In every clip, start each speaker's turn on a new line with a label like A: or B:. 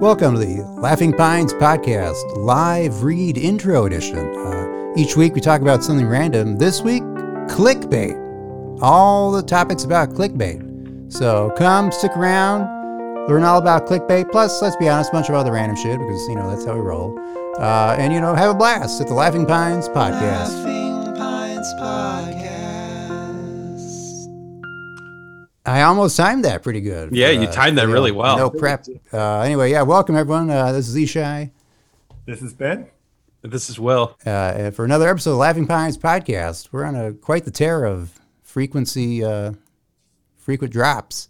A: Welcome to the Laughing Pines Podcast, live read intro edition. Uh, each week we talk about something random. This week, clickbait. All the topics about clickbait. So come, stick around, learn all about clickbait. Plus, let's be honest, a bunch of other random shit because, you know, that's how we roll. Uh, and, you know, have a blast at the Laughing Pines Podcast.
B: Laughing Pines Podcast.
A: I almost timed that pretty good.
C: Yeah, you
A: Uh,
C: timed that
A: no-
C: really well.
A: No prep. Uh, anyway, yeah, welcome everyone. Uh, this is Ishai.
D: This is Ben.
C: This is Will.
A: uh, and for another episode of Laughing Pines podcast. We're on a quite the tear of frequency, uh, frequent drops.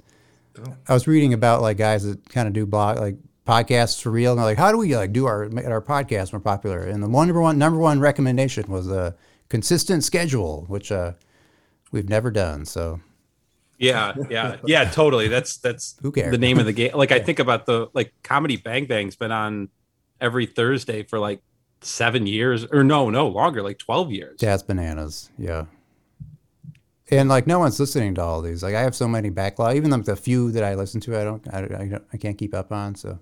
A: I was reading about like guys that kind of do blog like podcasts for real, and they're like, "How do we like do our make our podcast more popular?" And the one number one number one recommendation was a consistent schedule, which uh, we've never done. So
C: Yeah, yeah, yeah. Totally. That's that's
A: Who cares?
C: the name of the game. Like I think about the like comedy Bang Bang's been on every Thursday for like seven years, or no, no longer, like twelve years.
A: That's bananas. Yeah. And like no one's listening to all these. Like I have so many backlog. Even like the few that I listen to, I don't, I, I don't, I can't keep up on. So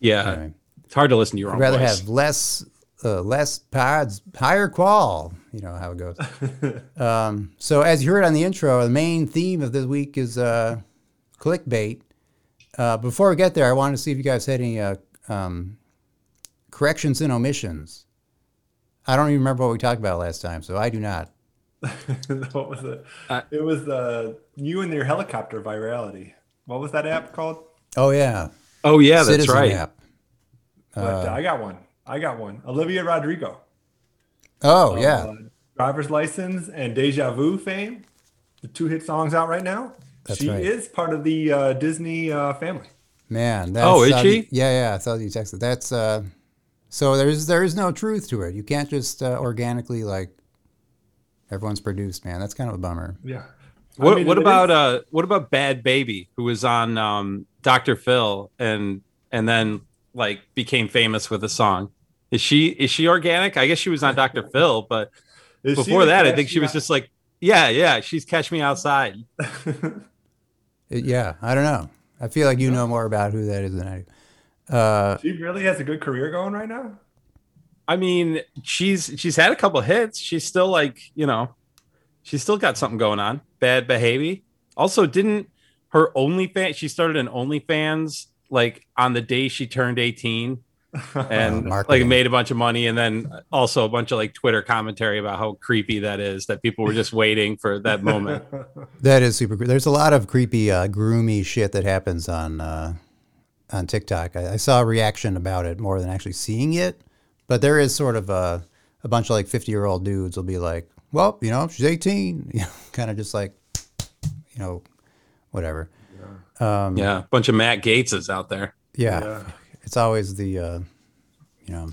C: Yeah,
A: anyway.
C: it's hard to listen to your
A: I'd
C: own
A: rather
C: voice.
A: have less uh, less pods, higher qual. You know how it goes. um, so as you heard on the intro, the main theme of this week is uh, clickbait. Uh, before we get there, I wanted to see if you guys had any uh, um, corrections and omissions. I don't even remember what we talked about last time, so I do not.
D: what was it?
C: Uh,
D: it was the you and your helicopter virality. What was that app called?
A: Oh yeah,
C: Oh yeah, that's
A: Citizen
C: right.
A: app.
D: but, uh, I got one. I got one. Olivia Rodrigo.
A: Oh yeah,
D: Uh, driver's license and deja vu fame. The two hit songs out right now.
A: That's
D: she
A: right.
D: is part of the uh, Disney uh, family.
A: man. That's,
C: Oh, is
A: uh, the-
C: she?
A: Yeah, yeah. I saw you texted. That's uh, so there's there is no truth to it. You can't just uh, organically like everyone's produced, man. That's kind of a bummer.
D: Yeah.
C: What what about uh what about Bad Baby who was on um Dr. Phil and and then like became famous with a song? Is she is she organic? I guess she was on Dr. Phil, but before that, I think she was just like, yeah, yeah, she's catch me outside.
A: It- yeah, I don't know. I feel like you know more about who that is than I do. Uh,
D: She really has a good career going right now.
C: I mean, she's she's had a couple hits. She's still like, you know, she's still got something going on. Bad behavior. Also, didn't her OnlyFans? She started an OnlyFans like on the day she turned eighteen, and
A: Wow,
C: like
A: marketing.
C: made a bunch of money, and then also a bunch of like Twitter commentary about how creepy that is. That people were just waiting for that moment.
A: that is super. cre- There's a lot of creepy, uh, groomy shit that happens on uh, on TikTok. I, I saw a reaction about it more than actually seeing it, but there is sort of a a bunch of like 50 year old dudes will be like, well, you know, she's 18, you know, kind of just like, you know, whatever. Um,
C: yeah, a bunch of Matt Gaetzes out there.
A: yeah.
D: Yeah.
A: It's always the, uh, you know,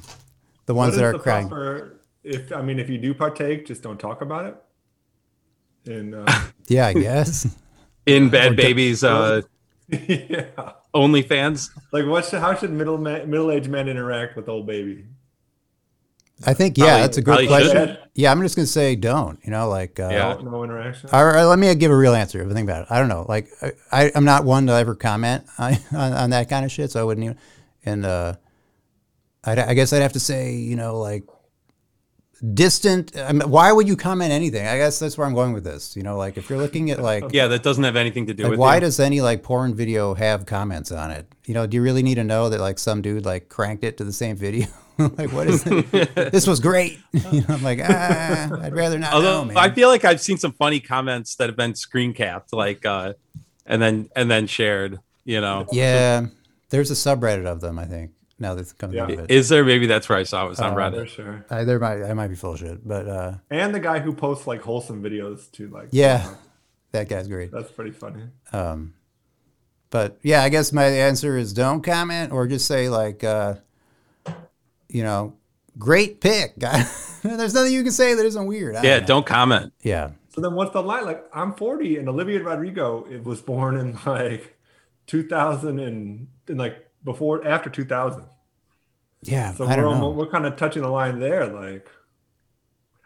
A: the ones
D: What
A: that
D: is
A: are
D: the
A: crying.
D: proper- if I mean, if you do partake, just don't talk about it. And uh,
A: Yeah, I guess.
C: in Bad Baby's uh,
D: yeah,
C: OnlyFans.
D: like what? Should, how should middle ma- middle aged men interact with old baby?
A: I think, yeah,
C: Probably-
A: that's a good
C: probably
A: question.
D: shouldn't.
A: Yeah, I'm just going to say don't, you know, like, uh,
C: Yeah.
D: No, no interaction.
A: All right, let me give a real answer. If I think about it, I don't know. Like, I, I, I'm not one to ever comment on, on, on that kind of shit, so I wouldn't even. And uh, I'd, I guess I'd have to say, you know, like distant. I mean, why would you comment anything? I guess that's where I'm going with this. You know, like if you're looking at like,
C: Yeah, that doesn't have anything to do
A: like
C: with
A: why
C: you.
A: does any like porn video have comments on it? You know, do you really need to know that like some dude like cranked it to the same video? like, what is it? this was great. you know, I'm like, ah, I'd rather not know,
C: Although
A: man.
C: I feel like I've seen some funny comments that have been screen capped, like uh, and then and then shared. You know,
A: Yeah, there's a subreddit of them. I think now that's coming
D: Yeah.
A: out of it. Oh,
C: is there maybe that's where I saw it was on
D: Oh, for
C: Reddit.
D: sure.
A: I, Uh, there might I might be full of shit, but uh,
D: And the guy who posts like wholesome videos too, like
A: yeah, that guy's great.
D: that's pretty funny.
A: Um, but yeah, I guess my answer is don't comment or just say like, uh, you know, great pick. there's nothing you can say that isn't weird. I
C: Yeah,
A: know.
C: don't comment.
A: Yeah,
D: So then, what's the line? Like, I'm 40, and Olivia Rodrigo it was born in like 2000 and, and like before after 2000.
A: yeah.
D: So
A: I
D: we're,
A: don't
D: almo-
A: know.
D: we're kind of touching the line there, like.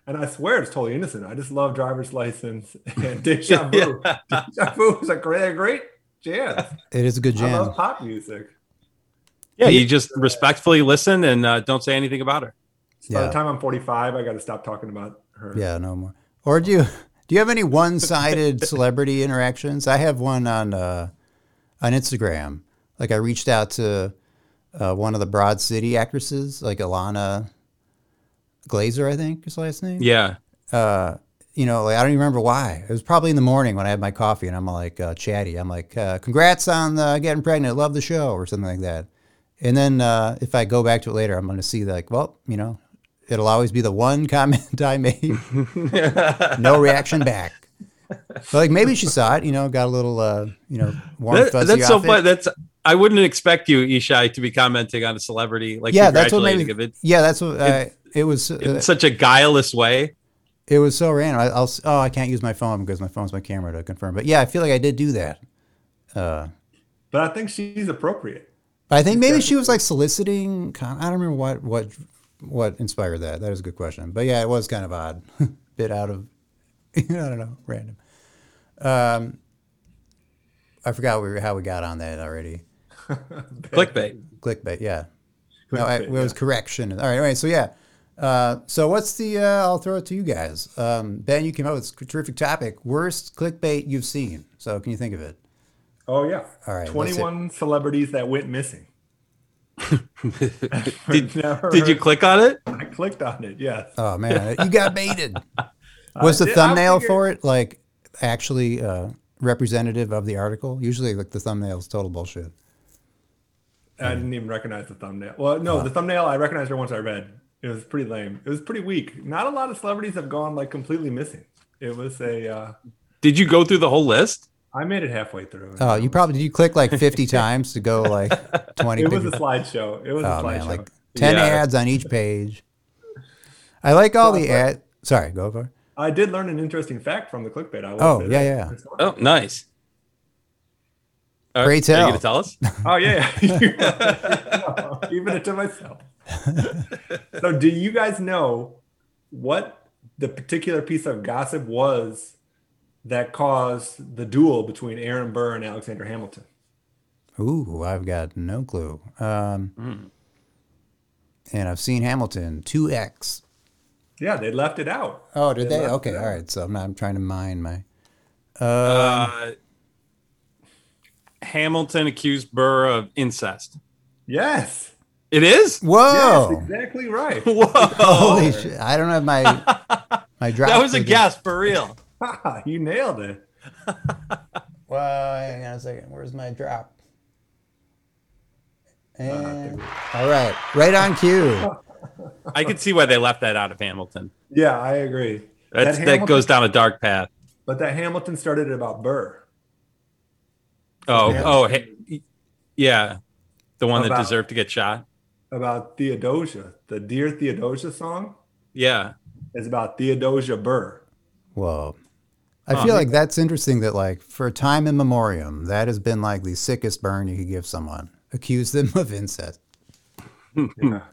D: And I swear it's totally innocent. I just love driver's license and deja vu. deja vu is a great, a great jam.
A: It is a good
D: I
A: jam.
D: love pop music.
C: Yeah, you just respectfully listen and uh, don't say anything about her.
D: So By
A: Yeah.
D: the time I'm 45, I got to stop talking about her.
A: Yeah, no more. Or do you do you have any one-sided celebrity interactions? I have one on uh, on Instagram. Like I reached out to uh, one of the Broad City actresses, like Alana Glazer, I think is her last name. Uh,
C: Yeah.
A: You know, like I don't even remember why. It was probably in the morning when I had my coffee, and I'm like uh, chatty. I'm like, uh, "Congrats on uh, getting pregnant. Love the show," or something like that. And then uh, if I go back to it later, I'm going to see like, well, you know, it'll always be the one comment I made no reaction back. But like maybe she saw it, you know, got a little, uh, you know, warm
C: That-
A: fuzzy.
C: that's so
A: off it.
C: fun. That's I wouldn't expect you, Ishai, to be commenting on a celebrity like
A: yeah, that's what made
C: congratulating
A: me.
C: him.
A: Yeah, that's what uh, it was.
C: It-
A: Uh,
C: in such a guileless way.
A: it was so random. I, I'll. s- Oh, I can't use my phone because my phone's my camera to confirm. But yeah, I feel like I did do that.
D: But I think she's appropriate.
A: But I think maybe she was like soliciting. con- I don't remember what what what inspired that. That is a good question. But yeah, it was kind of odd, bit out of. I don't know, random. Um, I forgot we were, how we got on that already.
C: Clickbait.
A: clickbait. Yeah. No, I, it
D: Clickbait,
A: was correction. All right. All right. So yeah. Uh, so what's the? Uh, I'll throw it to you guys. Um, ben, you came up with a terrific topic. Worst clickbait you've seen. So can you think of it?
D: Oh yeah.
A: All right, let's
D: 21 celebrities that went missing.
C: Did,
D: Never
C: did you
D: heard-
C: click on it?
D: I clicked on it. Yes.
A: Oh man, you got baited. Was the
D: did- I
A: thumbnail
D: figured-
A: for it like actually uh, representative of the article? Usually, like the thumbnail's total bullshit.
D: I didn't even recognize the thumbnail. Well,
A: Uh-huh.
D: no, the thumbnail I recognized her once I read. It was pretty lame. It was pretty weak. Not a lot of celebrities have gone like completely missing. It was a. Uh,
C: Did you go through the whole list?
D: I made it halfway through.
A: Oh, you probably did. You click like fifty times to go like twenty.
D: it was a
A: pictures?
D: slideshow. It was a
A: oh
D: slideshow.
A: man, like ten
C: Yeah.
A: ads on each page. I like all the ad. Sorry, go for it.
D: I did learn an interesting fact from the clickbait. I will
A: Oh,
D: say
A: yeah,
D: that.
C: Oh, nice. All
A: Pray
C: Are
A: tell.
C: you gonna tell us?
D: Oh yeah, yeah. even it to myself. so, do you guys know what the particular piece of gossip was that caused the duel between Aaron Burr and Alexander Hamilton?
A: Ooh, I've got no clue. Um, And I've seen Hamilton 2X.
D: Yeah, they left it out.
A: Oh, did they?
D: left
A: Okay,
D: it
A: all right. So I'm, not, I'm trying to mine my.
C: Uh, Hamilton accused Burr of incest.
D: Yes.
C: It is. Oh.
A: Whoa!
D: Yes, exactly right.
C: Whoa,
A: Holy shit! I don't have my my drop.
C: that was a
A: for the-
C: guess for real.
D: Ha, you nailed it.
A: Well, hang on a second. Where's my drop? And, all right, right on cue.
C: I could see why they left that out of Hamilton.
D: Yeah, I agree.
C: That's, that,
D: Hamilton-
C: goes down a dark path.
D: But that Hamilton started it about Burr.
C: Oh,
A: Yeah.
C: oh, hey, yeah, the one that
D: About-
C: deserved to get shot.
D: about Theodosia. The Dear Theodosia song
C: Yeah,
D: is about Theodosia Burr.
A: Whoa. I feel like that's interesting that, like, for time in memoriam, that has been like the sickest burn you could give someone. Accuse them of incest.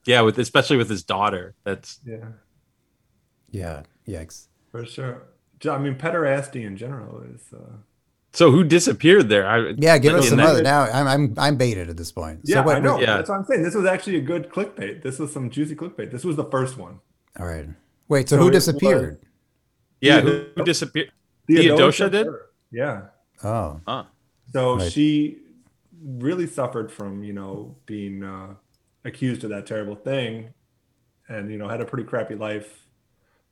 C: yeah, with especially with his daughter. That's
D: Yeah,
A: Yeah, yikes.
D: for sure. J- I mean, pederasty in general is. Uh,
C: so who disappeared there? I,
A: Yeah, give us
C: in
A: some
C: that-
A: other. Now I'm I'm I'm baited at this point.
D: yeah,
A: what-
D: I know.
C: yeah.
D: That's what I'm saying. This was actually a good clickbait. This was some juicy clickbait. This was the first one.
A: All right. Wait. So,
D: So
A: who
D: it was-
A: disappeared?
C: Yeah, who, who disappeared? Theodosia did?
D: Burr. Yeah.
A: Oh,
C: Huh.
D: So
A: Right.
D: she really suffered from, you know, being uh, accused of that terrible thing and, you know, had a pretty crappy life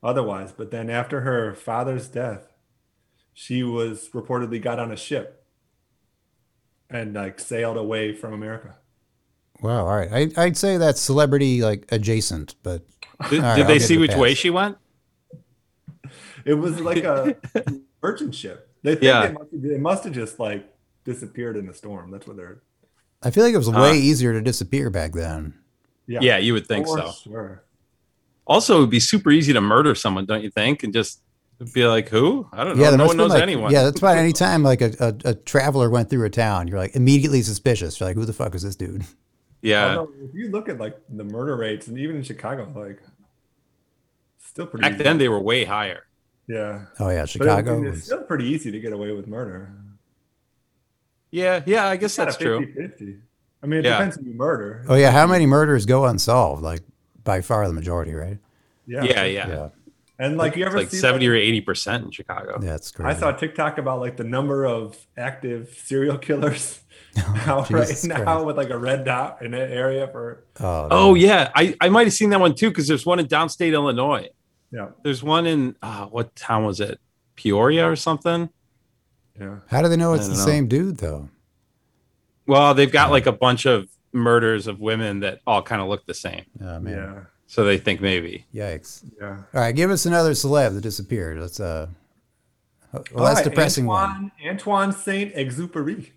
D: otherwise. But then after her father's death, she was reportedly got on a ship and like sailed away from America.
A: wow. All right. I I'd say that's celebrity like adjacent, but
C: Did,
A: All right,
C: did
A: I'll
C: they
A: give
C: see
A: it a
C: which way
A: pass.
C: she went?
D: It was like a merchant ship. They think
C: Yeah.
D: they, must, they must have just like disappeared in a storm. That's what they're.
A: I feel like it was
C: Huh.
A: way easier to disappear back then.
C: Yeah, you would think
D: for
C: so.
D: Sure.
C: Also, it would be super easy to murder someone, don't you think? And just be like, who? I don't know.
A: Yeah, there
C: Oh, no
A: must have
C: one
A: been,
C: knows
A: like,
C: anyone.
A: Yeah, that's why anytime like a, a, a traveler went through a town, you're like immediately suspicious. You're like, who the fuck is this dude?
C: yeah.
D: Although, if you look at like the murder rates, and even in Chicago, like still pretty.
C: Back
D: easy.
C: then, they were way higher.
D: yeah,
A: Oh yeah,
D: But it-
A: Chicago.
D: it's
A: was-
D: still pretty easy to get away with murder.
C: Yeah, yeah. I guess that's true.
D: 50-50. I mean, it
C: Yeah.
D: depends who you murder.
A: Oh yeah, how many murders go unsolved? Like by far the majority, right?
D: Yeah.
C: yeah, yeah.
D: And like you
C: It's
D: ever
C: like
D: see
C: seventy
D: like-
C: or eighty percent in Chicago.
A: that's great.
D: I saw TikTok about like the number of active serial killers out
A: Oh,
D: right
A: Jesus
D: now
A: Christ.
D: with like a red dot in that area for
A: Oh,
C: Oh
A: man.
C: yeah, I, I might have seen that one too because there's one in downstate Illinois.
D: yeah
C: There's one in uh, what town was it? Peoria or something?
D: yeah
A: How do they know it's
C: I
A: the
C: don't know.
A: same dude though?
C: Well, they've got like a bunch of murders of women that all kind of look the same,
A: Oh man,
D: yeah
C: so they think maybe.
A: yikes!
D: yeah.
A: All right, give us another celeb that disappeared. Let's uh, well,
D: All
A: that's
D: right,
A: depressing
D: Antoine, Antoine Saint Exupery.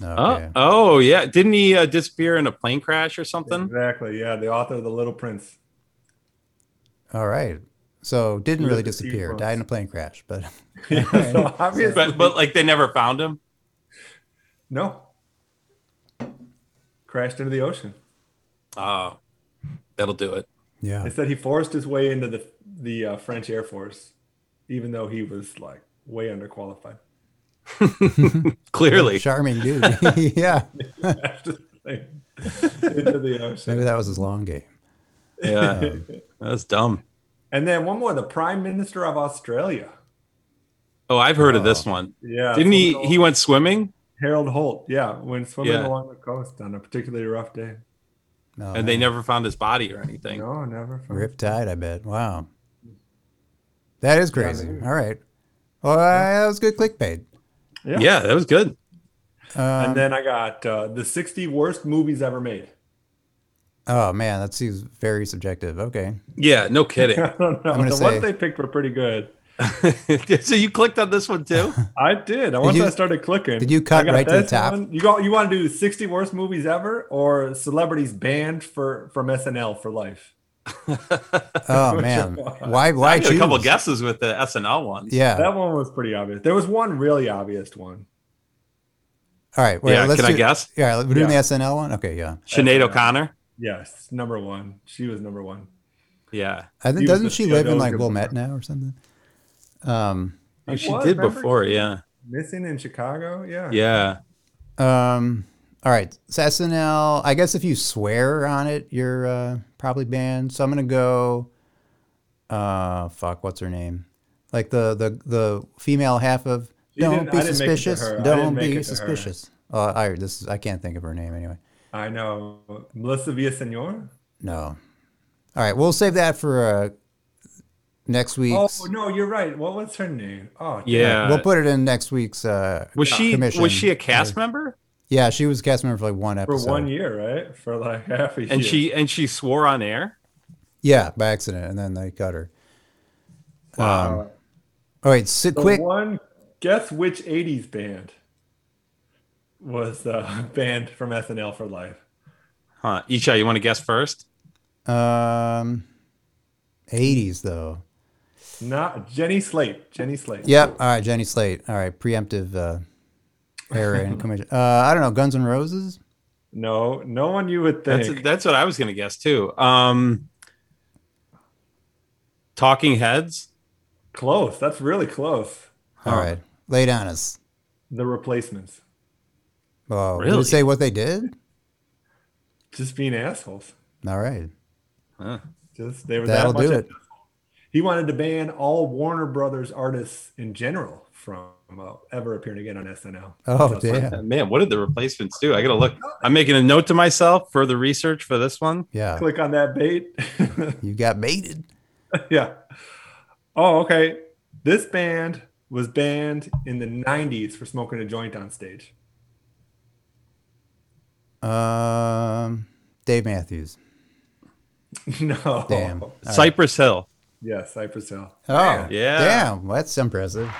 A: one. Okay.
C: Oh, oh yeah, didn't he uh, disappear in a plane crash or something?
D: Exactly. Yeah, the author of The Little Prince.
C: Oh.
A: All right. So didn't
D: Who
A: really
D: disappeared
A: disappear.
D: once.
A: Died in a plane crash, but
D: Yeah, so obviously,
C: But but like they never found him.
D: no, crashed into the ocean.
C: Oh, that'll do it.
A: yeah.
D: They said he forced his way into the the uh, French Air Force, even though he was like way underqualified.
C: Clearly,
A: Charming dude. yeah.
D: Crashed his plane into the
A: Maybe
D: ocean.
A: that was his long game. Um,
C: yeah, that's dumb.
D: And then one more, the Prime Minister of Australia.
C: Oh, I've heard of this one.
D: Yeah,
C: Didn't he?
D: some
C: He went swimming
D: Harold Holt. Yeah, when swimming
C: Yeah.
D: along the coast on a particularly rough day.
A: No,
C: and they never found his body or anything.
D: No, never. found-
A: rip tide. I bet. Wow. That is crazy.
D: maybe.
A: All right. Well, uh, that was good clickbait.
D: Yeah.
C: Yeah, that was good.
A: Um,
D: and then I got uh, the 60 worst movies ever made.
A: oh man, that seems very subjective. Okay.
C: Yeah, no kidding.
D: I don't know.
A: I'm gonna
D: The
A: say-
D: ones they picked were pretty good.
C: so you clicked on this one too?
D: I did. And Once
A: you-
D: I started clicking,
A: did you
D: I
A: cut
D: got
A: right to the
D: this
A: top?
D: one. You got. You want to do 60 worst movies ever or celebrities banned for from SNL for life?
A: Oh man. Why?
C: I
A: Why
C: got a
A: choose?
C: couple guesses with the SNL ones.
A: Yeah.
D: That one was pretty obvious. There was one really obvious one.
A: All right. Wait,
C: Yeah,
A: Let's
C: can I
A: do-
C: guess?
A: Yeah. We're doing
D: Yeah.
A: the SNL one. Okay. Yeah.
C: Sinead O'Connor.
D: Yes, number one. She was number one.
C: Yeah.
A: I think
D: He was
A: doesn't
D: the
A: she live in
D: Theodosia
A: like
D: Booker.
A: Wilmette now or something? Um.
C: Oh, she
D: was,
C: did
D: remember?
C: before, yeah.
D: Missing in Chicago. Yeah.
C: Yeah.
A: Um. All right. So SNL. I guess if you swear on it, you're uh, probably banned. So I'm gonna go. Uh. Fuck. What's her name? Like the the the female half of.
D: She
A: don't
D: didn't-
A: be
D: I didn't make it to
A: suspicious.
D: her. I
A: Don't
D: didn't
A: be
D: make it to her.
A: suspicious. Uh, I this is I can't think of her name anyway.
D: I know. Melissa Villaseñor.
A: No. All right. We'll save that for uh, next
D: Oh
A: week's.
D: no, you're right. What was her name? Oh damn.
C: Yeah.
A: We'll put it in next week's. Uh,
C: was she
A: commission.
C: was she a cast member?
A: Yeah, she was a cast member for like one
D: for
A: episode.
D: one year, right? For like half a year.
C: And she and she swore on air?
A: Yeah, by accident, and then they cut her.
D: Wow.
A: All right, so
D: Uh, The
A: Um, quick.
D: one guess which 80s band was uh, banned from SNL for life.
C: Huh. Isha, you want to guess first?
A: Um, 80s though.
D: Not Jenny Slate. Jenny Slate.
A: Yep. All right, Jenny Slate. All right, preemptive uh, error and commission. Uh, I don't know. Guns N' Roses.
D: No, no one you would think.
C: That's that's what I was gonna guess too. Um Talking Heads.
D: close. That's really close.
A: All right, lay down us.
D: The replacements.
A: Oh, really?
C: Really?
A: say what they did.
D: Just being assholes.
A: All right.
C: Huh.
D: Just they were
A: That'll
D: that much
A: do
D: of-
A: it.
D: He wanted to ban all Warner Brothers artists in general from uh, ever appearing again on SNL.
A: Oh
D: That's
A: damn.
C: Uh, Man, what did the replacements do? I gotta look. I'm making a note to myself for the research for this one.
A: Yeah,
D: Click on that bait.
A: you got baited.
D: yeah. Oh, okay. This band was banned in the 90s for smoking a joint on stage.
A: Um, Dave Matthews.
D: No.
A: Damn.
C: Cypress Hill.
D: Yeah, Cypress Hill.
A: Oh,
C: Yeah.
A: Damn, that's impressive.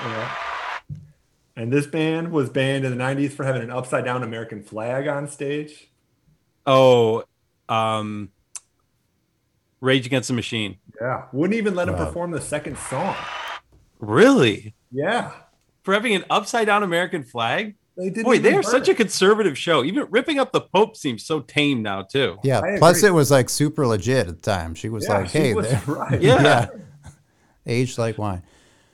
D: Yeah. And this band was banned in the 90s for having an upside down American flag on stage.
C: Oh, um, Rage Against the Machine.
D: Yeah. Wouldn't even let him
A: Wow.
D: perform the second song.
C: Really?
D: Yeah.
C: For having an upside down American flag?
D: They didn't.
C: Boy, they
D: even
C: are
D: burn
C: such a
D: it.
C: conservative show. Even ripping up the Pope seems so tame now, too.
A: Yeah.
D: I
A: Plus,
D: agree.
A: it was like super legit at the time. She was
D: Yeah,
A: like,
D: she
A: "Hey,
D: was
A: there."
D: right.
C: Yeah.
A: yeah. Aged like wine.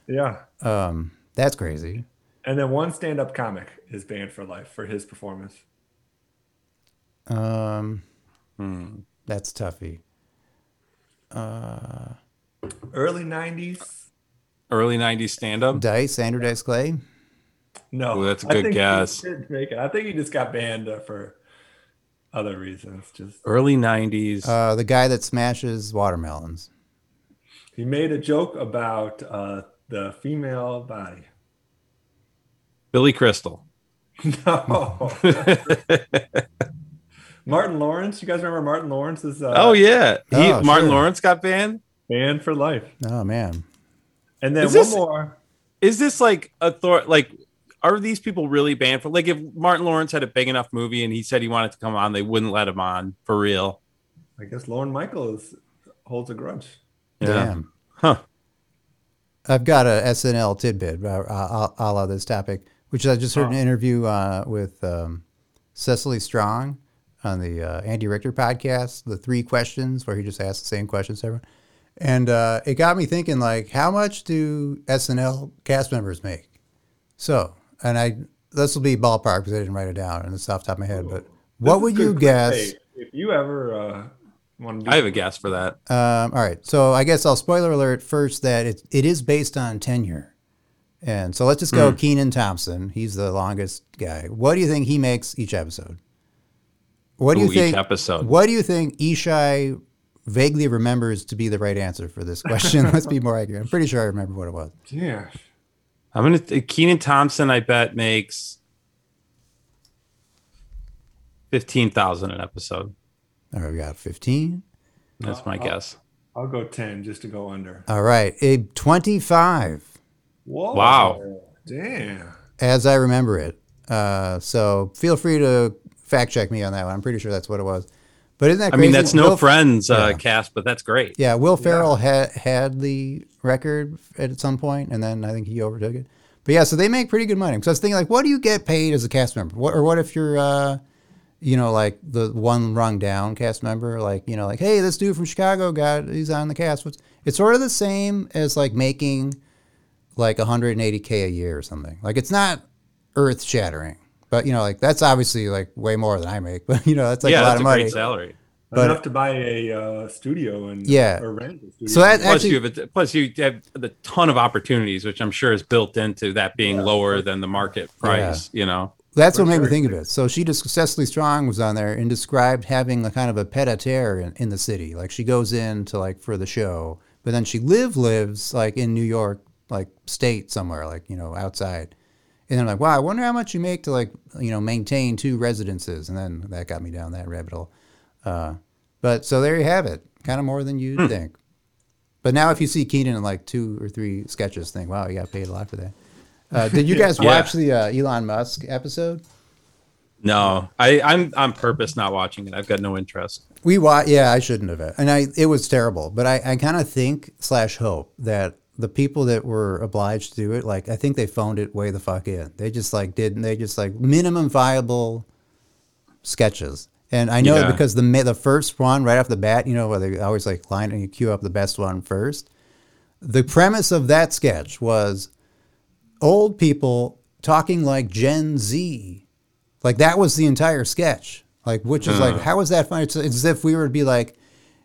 D: Yeah.
A: Um, that's crazy.
D: And then one stand up comic is banned for life for his performance.
A: Um,
C: Hmm.
A: that's toughy.
D: Early '90s.
C: Early '90s stand-up.
A: Dice, Andrew Dice Clay.
D: No,
C: Ooh, that's a
D: I
C: good
D: think he
C: guess.
D: did make it. I think he just got banned uh, for other reasons. Just
C: Early '90s.
A: Uh, the guy that smashes watermelons.
D: he made a joke about uh, the female body.
C: Billy Crystal.
D: No, Martin Lawrence. You guys remember Martin Lawrence's uh,
C: oh yeah, he,
A: Oh,
C: Martin
A: sure.
C: Lawrence got banned.
D: banned for life.
A: Oh man.
D: And then
C: Is
D: one
C: this-
D: more.
C: Is this like a thought? Like, are these people really banned for? Like, if Martin Lawrence had a big enough movie and he said he wanted to come on, they wouldn't let him on for real.
D: I guess Lauren Michaels holds a grudge.
C: Yeah.
A: Damn.
C: Huh.
A: I've got a SNL tidbit uh, a a la this topic, which is I just heard an interview uh, with um, Cecily Strong on the uh, Andy Richter podcast, the three questions where he just asked the same questions to everyone. And uh, it got me thinking, like, how much do SNL cast members make? So, and I, this will be ballpark because I didn't write it down and it's off the top of my head, but what
D: This
A: would
D: is
A: you
D: good
A: guess?
D: clickbait. if you ever uh, want to?
C: I have a guess for that.
A: Um, all right. So I guess I'll spoiler alert first that it, it is based on tenure. And so let's just go
C: Hmm.
A: Keenan Thompson. He's the longest guy. What do you think he makes each episode? What do
C: Ooh,
A: you think?
C: each episode.
A: What do you think Ishai vaguely remembers to be the right answer for this question? let's be more accurate. I'm pretty sure I remember what it was.
D: yeah.
C: I'm gonna th- Keenan Thompson. I bet makes fifteen thousand an episode.
A: All right, we got 15.
C: That's my guess.
D: I'll go ten just to go under.
A: All right, a 25.
D: Whoa.
C: Wow.
D: Damn.
A: as I remember it. Uh, so feel free to fact check me on that one. I'm pretty sure that's what it was. But isn't that
C: I
A: crazy?
C: mean, that's no
A: Will-
C: Friends uh,
A: yeah.
C: cast, but that's great.
A: Yeah, Will Ferrell had had the record at some point, and then I think he overtook it. But yeah, so they make pretty good money. So I was thinking, like, what do you get paid as a cast member? What, or what if you're, uh, you know, like the one rung down cast member? Like, you know, like, hey, this dude from Chicago got he's on the cast. What's- It's sort of the same as like making like 180k a year or something. Like, it's not earth shattering, but you know, like that's obviously like way more than I make. But you know, that's like
C: yeah,
A: a lot
C: that's
A: of
C: a
A: money.
C: great salary.
A: But-
D: Enough to buy a uh, studio and
A: Yeah.
D: or rent a studio.
A: So that-
C: plus
A: Actually-
C: you have a, plus you have the ton of opportunities which i'm sure is built into that being lower than the market price you know
A: That's what made me
D: sure.
A: think of it. So she just Cecily Strong was on there and described having a kind of a pet a terre in, in the city. Like she goes in to like for the show, but then she live lives like in New York, like state somewhere, like you know outside. And I'm like, wow, I wonder how much you make to like you know maintain two residences. And then that got me down that rabbit hole. Uh, but so there you have it, kind of more than you would think. But now if you see Keenan in like two or three sketches, think, wow, he got paid a lot for that. Uh, did you guys
C: Yeah.
A: watch the uh, Elon Musk episode?
C: no i i'm on purpose not watching it i've got no interest
A: We watch. Yeah, I shouldn't have. And I, it was terrible. But I, I kind of think slash hope that the people that were obliged to do it, like I think they phoned it way the fuck in. They just like didn't. They just like minimum viable sketches. And I know
C: Yeah.
A: because the ma- the first one right off the bat, you know, where they always like line and you queue up the best one first. The premise of that sketch was old people talking like Gen Z. Like that was the entire sketch. Like, which is like, how is that funny? It's, it's as if we were to be like,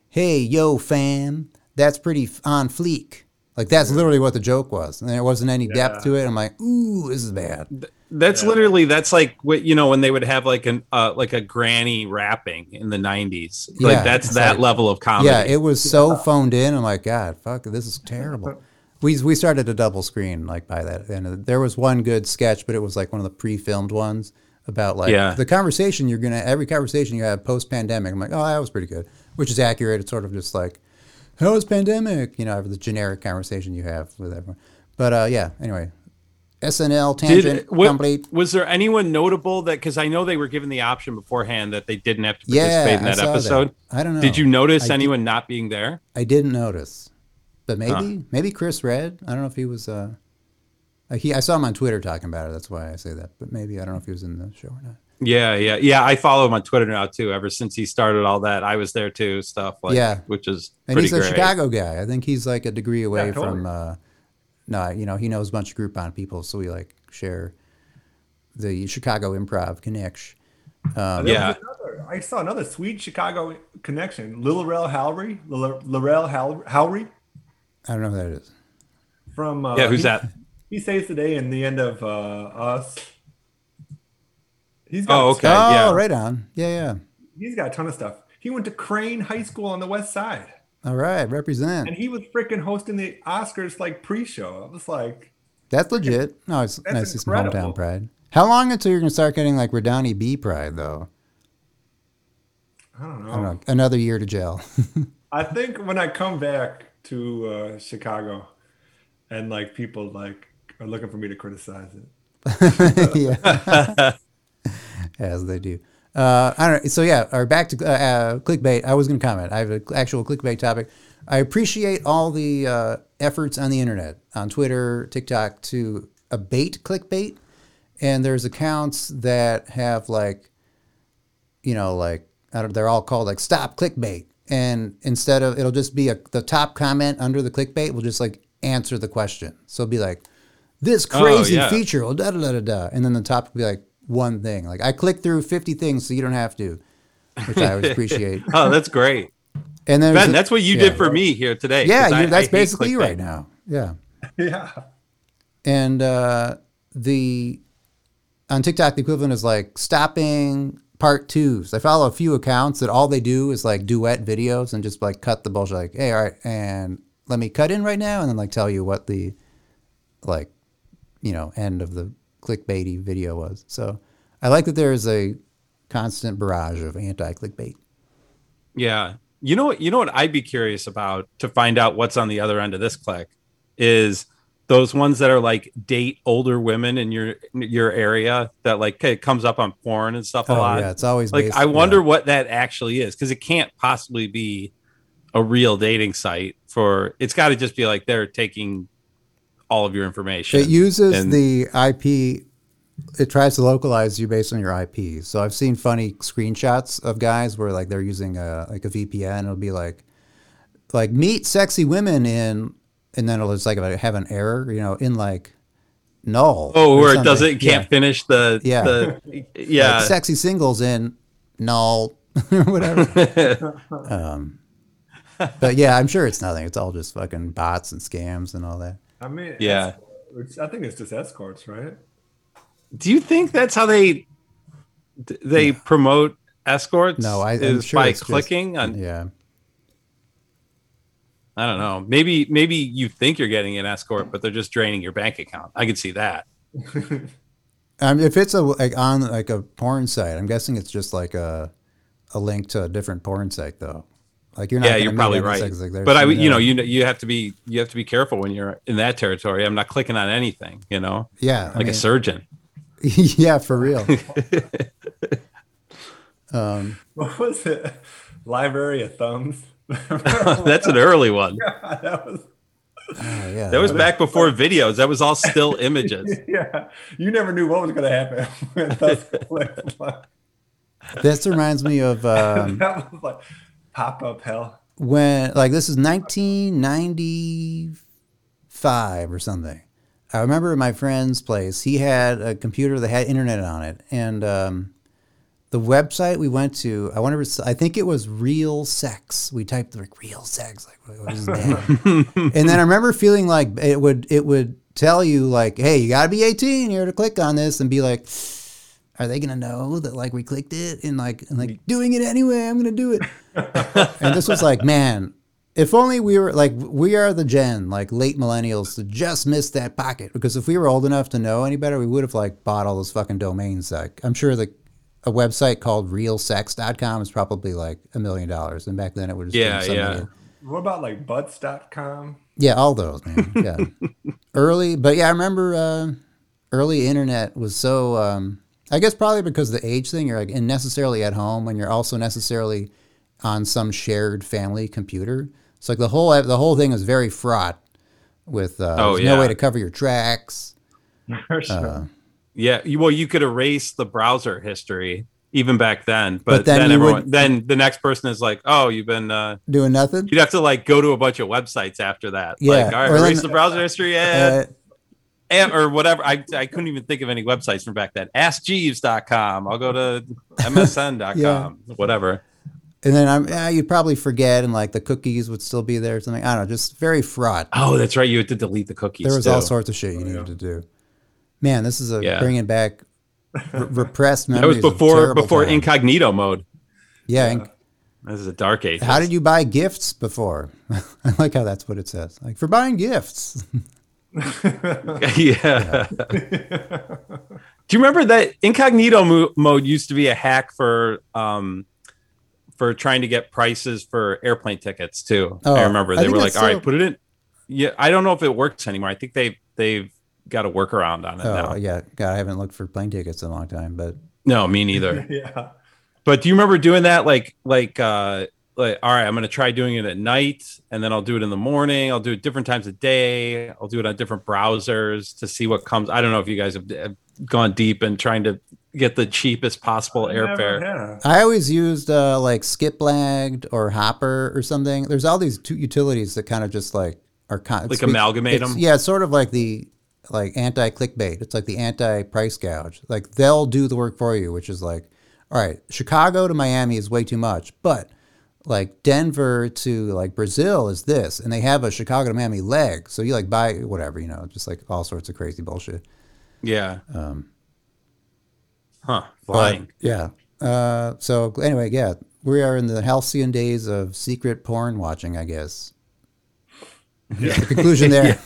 A: "Hey, yo, fam, that's pretty f- on fleek." Like that's literally what the joke was, and there wasn't any depth to it. I'm like, "Ooh, this is bad."
C: that's literally that's like what you know when they would have like an uh, like a granny rapping in the 90s
A: Yeah,
C: like that's
A: it's
C: that
A: like-
C: level of comedy
A: Yeah, it was so phoned in. I'm like, God, fuck, this is terrible. We, we started a double screen like by that, and there was one good sketch, but it was like one of the pre-filmed ones about like
C: Yeah.
A: the conversation you're gonna every conversation you have post-pandemic. I'm like, oh, that was pretty good, which is accurate. It's sort of just like, how was pandemic? You know, the generic conversation you have with everyone. But uh, yeah, anyway, SNL
C: Did-
A: tangent
C: what-
A: complete.
C: was there anyone notable that because I know they were given the option beforehand that they didn't have to
A: Yeah,
C: participate in
A: I
C: that
A: saw that.
C: episode?
A: I don't know.
C: Did you notice
A: I
C: anyone not being there?
A: I didn't notice, but maybe maybe Chris Red. I don't know if he was. Uh, uh, he I saw him on Twitter talking about it. That's why I say that. But maybe I don't know if he was in the show or not.
C: Yeah, yeah, yeah. I follow him on Twitter now too. Ever since he started all that, I was there too. Stuff like
A: Yeah.
C: which is
A: And
C: pretty
A: he's a
C: great.
A: Chicago guy. I think he's like a degree away
D: Yeah, totally.
A: from. Uh, no, you know he knows a bunch of Groupon people, so we like share the Chicago improv connection.
D: There
C: Yeah.
D: was another I saw another sweet Chicago connection. Lil Rel Howry, Lil Hal Howry
A: I don't know who that is.
D: from uh,
C: yeah, who's
D: he-
C: that?
D: He saves the day in the end of uh, Us. He's got
C: Oh, okay.
A: oh,
C: yeah.
A: right on. Yeah, yeah.
D: he's got a ton of stuff. He went to Crane High School on the West Side,
A: All right, represent.
D: and he was freaking hosting the Oscars like pre-show. I was like,
A: That's legit. No, it's
D: That's
A: nice to see some
D: incredible.
A: hometown pride. How long until you're gonna start getting like Redani B pride though?
D: I don't know.
A: I don't know. Another year to jail.
D: I think when I come back to uh, Chicago, and like people like are looking for me to criticize it.
A: yeah, as they do. Uh, I don't. So yeah, or back to uh, uh, clickbait. I was going to comment. I have an actual clickbait topic. I appreciate all the uh, efforts on the internet, on Twitter, TikTok, to abate clickbait. And there's accounts that have like you know, like I don't, they're all called like stop clickbait. And instead of it'll just be a, the top comment under the clickbait will just like answer the question. So it'll be like, this
C: Oh,
A: crazy
C: yeah.
A: feature will da da da da da. And then the top will be like one thing. Like I clicked through 50 things so you don't have to, which I always appreciate.
C: Oh, that's great.
A: And then
C: Ben, that's what you did
A: yeah.
C: for me here today.
A: yeah,
C: 'cause I-
A: you,
C: I
A: that's
C: hate
A: basically you
C: clickbait.
A: right now. Yeah.
D: yeah,
A: and uh, the on TikTok the equivalent is like stopping part twos. I follow a few accounts that all they do is like duet videos and just like cut the bullshit. Like, hey, all right, and let me cut in right now, and then like tell you what the like you know end of the clickbaity video was. So I like that there is a constant barrage of anti clickbait.
C: Yeah. You know what you know what I'd be curious about to find out what's on the other end of this click is those ones that are like date older women in your your area that like it comes up on porn and stuff a
A: Oh
C: lot.
A: yeah, it's always
C: like
A: based-
C: I
A: yeah.
C: wonder what that actually is because it can't possibly be a real dating site for it's got to just be like they're taking all of your information.
A: It uses
C: And-
A: the IP. It tries to localize you based on your IP. So I've seen funny screenshots of guys where like they're using a like a VPN. It'll be like like meet sexy women in, and then it'll just like have an error, you know, in like null.
C: oh,
A: or
C: where it doesn't
A: something.
C: it can't finish the
A: Yeah.
C: the
A: Yeah.
C: yeah.
A: Like, sexy singles in null or whatever. um, but yeah, I'm sure it's nothing. It's all just fucking bots and scams and all that.
D: I mean,
C: Yeah.
D: escorts. I think it's just escorts, right?
C: Do you think that's how they they promote escorts?
A: No, I- I'm
C: is
A: sure
C: by
A: it's just-
C: clicking on.
A: Yeah.
C: I don't know. Maybe maybe you think you're getting an escort, but they're just draining your bank account. I could see that.
A: Um, if it's a like on like a porn site, I'm guessing it's just like a a link to a different porn site though. Like you're not.
C: yeah,
A: gonna
C: you're
A: meet
C: probably
A: on the
C: right.
A: sex, like, there's
C: but I,
A: some- uh,
C: would- you know, you know, you have to be you have to be careful when you're in that territory. I'm not clicking on anything, you know,
A: Oh, yeah, I
C: like a
A: mean,
C: surgeon.
A: yeah, for real. um,
D: What was it? Library of Thumbs. Oh,
C: That's an early one.
D: that was,
A: oh, yeah,
C: That was back before videos. That was all still images.
D: yeah. You never knew what was going to happen. when those clicked. Like,
A: This reminds me of um,
D: that was like pop up hell.
A: when like this is 1995 or something i remember at my friend's place he had a computer that had internet on it and um, the website we went to i wonder if it's- i think it was real sex we typed like real sex like what what is that and then i remember feeling like it would it would tell you like hey you got to be 18 here to click on this and be like are they gonna know that like we clicked it and like and
C: Mm-hmm.
A: like doing it anyway i'm gonna do it and this was like, man, if only we were like, we are the gen, like late millennials, to just miss that pocket. Because if we were old enough to know any better, we would have like bought all those fucking domains. Like, I'm sure like a website called realsex.com is probably like a million dollars. And back then it would have
C: Yeah,
A: been some
C: yeah.
A: idiot.
D: What about like butts.com?
A: Yeah, all those, man. Yeah. early, but yeah, I remember uh, early internet was so, um, I guess probably because of the age thing, you're like and necessarily at home and you're also necessarily on some shared family computer. It's like the whole the whole thing is very fraught with uh,
C: Oh,
A: there's no way
C: yeah.
A: to cover your tracks.
D: For sure.
A: Uh,
C: Yeah, you- well, you could erase the browser history even back then, but,
A: But then
C: then,
A: you
C: everyone,
A: would-
C: then the next person is like, "Oh, you've been," uh,
A: doing nothing.
C: you'd have to like go to a bunch of websites after that.
A: Yeah,
C: like, all right,
A: or then-
C: erase the browser history. Yeah,
A: Uh,
C: and- or whatever. I, I couldn't even think of any websites from back then. AskJeeves.com. I'll go to MSN.com. Whatever.
A: And then I'm, yeah, you'd probably forget, and like the cookies would still be there or something. I don't know, just very fraught.
C: Oh, that's right. You had to delete the cookies.
A: There was
C: too.
A: all sorts of shit you needed to do. Man, this is a
C: Yeah.
A: bringing back re- repressed
C: That
A: memories.
C: was
A: of
C: before
A: terrible
C: before
A: times.
C: incognito mode.
A: Yeah. and
C: This is a dark age.
A: how did you buy gifts before? I like how that's what it says. Like for buying gifts.
C: Uh, yeah. Do you remember that incognito mo- mode used to be a hack for um for trying to get prices for airplane tickets too?
A: Oh,
C: I remember
A: I
C: they
A: think
C: were like,
A: that's
C: "All
A: still-
C: right, put it in." Yeah, I don't know if it works anymore. I think they they've got a workaround on it
A: Oh
C: now.
A: yeah, God, I haven't looked for plane tickets in a long time, but
C: No, me neither.
D: yeah.
C: But do you remember doing that? Like, like, uh, like, all right, I'm going to try doing it at night and then I'll do it in the morning. I'll do it different times of day. I'll do it on different browsers to see what comes. I don't know if you guys have, have gone deep and trying to get the cheapest possible airfare.
D: Never,
A: I always used uh, like Skiplagged or Hopper or something. There's all these two utilities that kind of just like are con-
C: Like
A: it's-
C: amalgamate
A: it's-
C: 'em?
A: Yeah, it's sort of like the like anti clickbait. It's like the anti price gouge. Like they'll do the work for you, which is like, all right, Chicago to Miami is way too much, but like Denver to like Brazil is this, and they have a Chicago to Miami leg, so you like buy whatever you know, just like all sorts of crazy bullshit.
C: Yeah. Um, huh.
A: But,
C: Flying.
A: yeah. Uh, so anyway, yeah, we are in the halcyon days of secret porn watching, I guess. The conclusion there.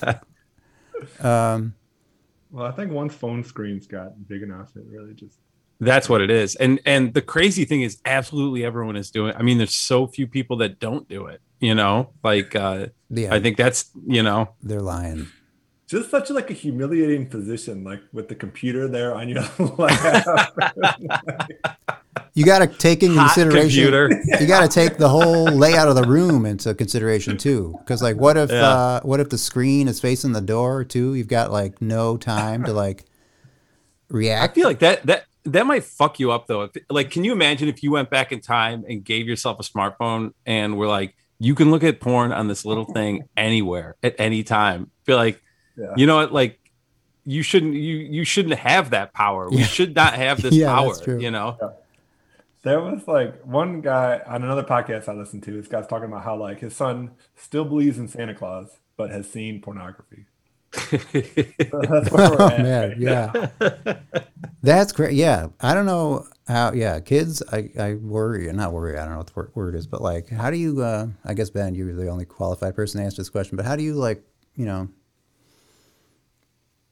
D: Well, I think once phone screens got big enough, it really just
C: That's what it is. And and the crazy thing is absolutely everyone is doing. I mean, there's so few people that don't do it, you know? Like uh
A: Yeah,
C: I think that's, you know,
A: they're lying.
D: just such like a humiliating position, like with the computer there on your lap.
A: You got to take in
C: hot
A: consideration.
C: computer.
A: You got to take the whole layout of the room into consideration too, because like, what if
C: Yeah.
A: uh, what if the screen is facing the door too? You've got like no time to like
C: I
A: react.
C: feel like that that that might fuck you up though. If, like, can you imagine if you went back in time and gave yourself a smartphone and were like, you can look at porn on this little thing anywhere at any time? Feel like,
D: Yeah.
C: you know what? Like, you shouldn't you you shouldn't have that power. We
A: Yeah.
C: should not have this
A: Yeah,
C: power.
A: that's true.
C: You know?
D: There was like one guy on another podcast I listened to. This guy's talking about how like his son still believes in Santa Claus, but has seen pornography. So that's where we're
A: Oh
D: at.
A: man, yeah. That's great. Yeah, I don't know how. Yeah, kids, I, I worry, not worry. I don't know what the wor- word is, but like, how do you? Uh, I guess Ben, you're the only qualified person to answer this question. But how do you like, you know,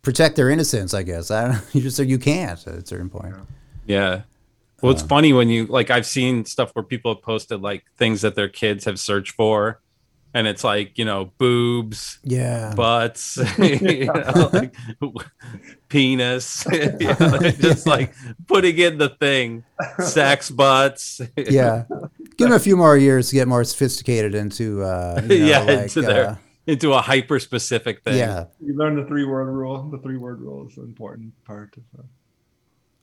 A: protect their innocence? I guess I don't. You just you can't at a certain point.
C: Yeah. Well, it's funny when you like I've seen stuff where people have posted like things that their kids have searched for, and it's like you know boobs,
A: Yeah,
C: butts, you know, like, penis, you know, like, just like putting in the thing, sex butts.
A: yeah. Give them a few more years to get more sophisticated into. Uh, you know,
C: yeah,
A: like,
C: into
A: uh,
C: their into a hyper specific thing.
A: Yeah,
D: You learn the three word rule. The three word rule is an important part of that.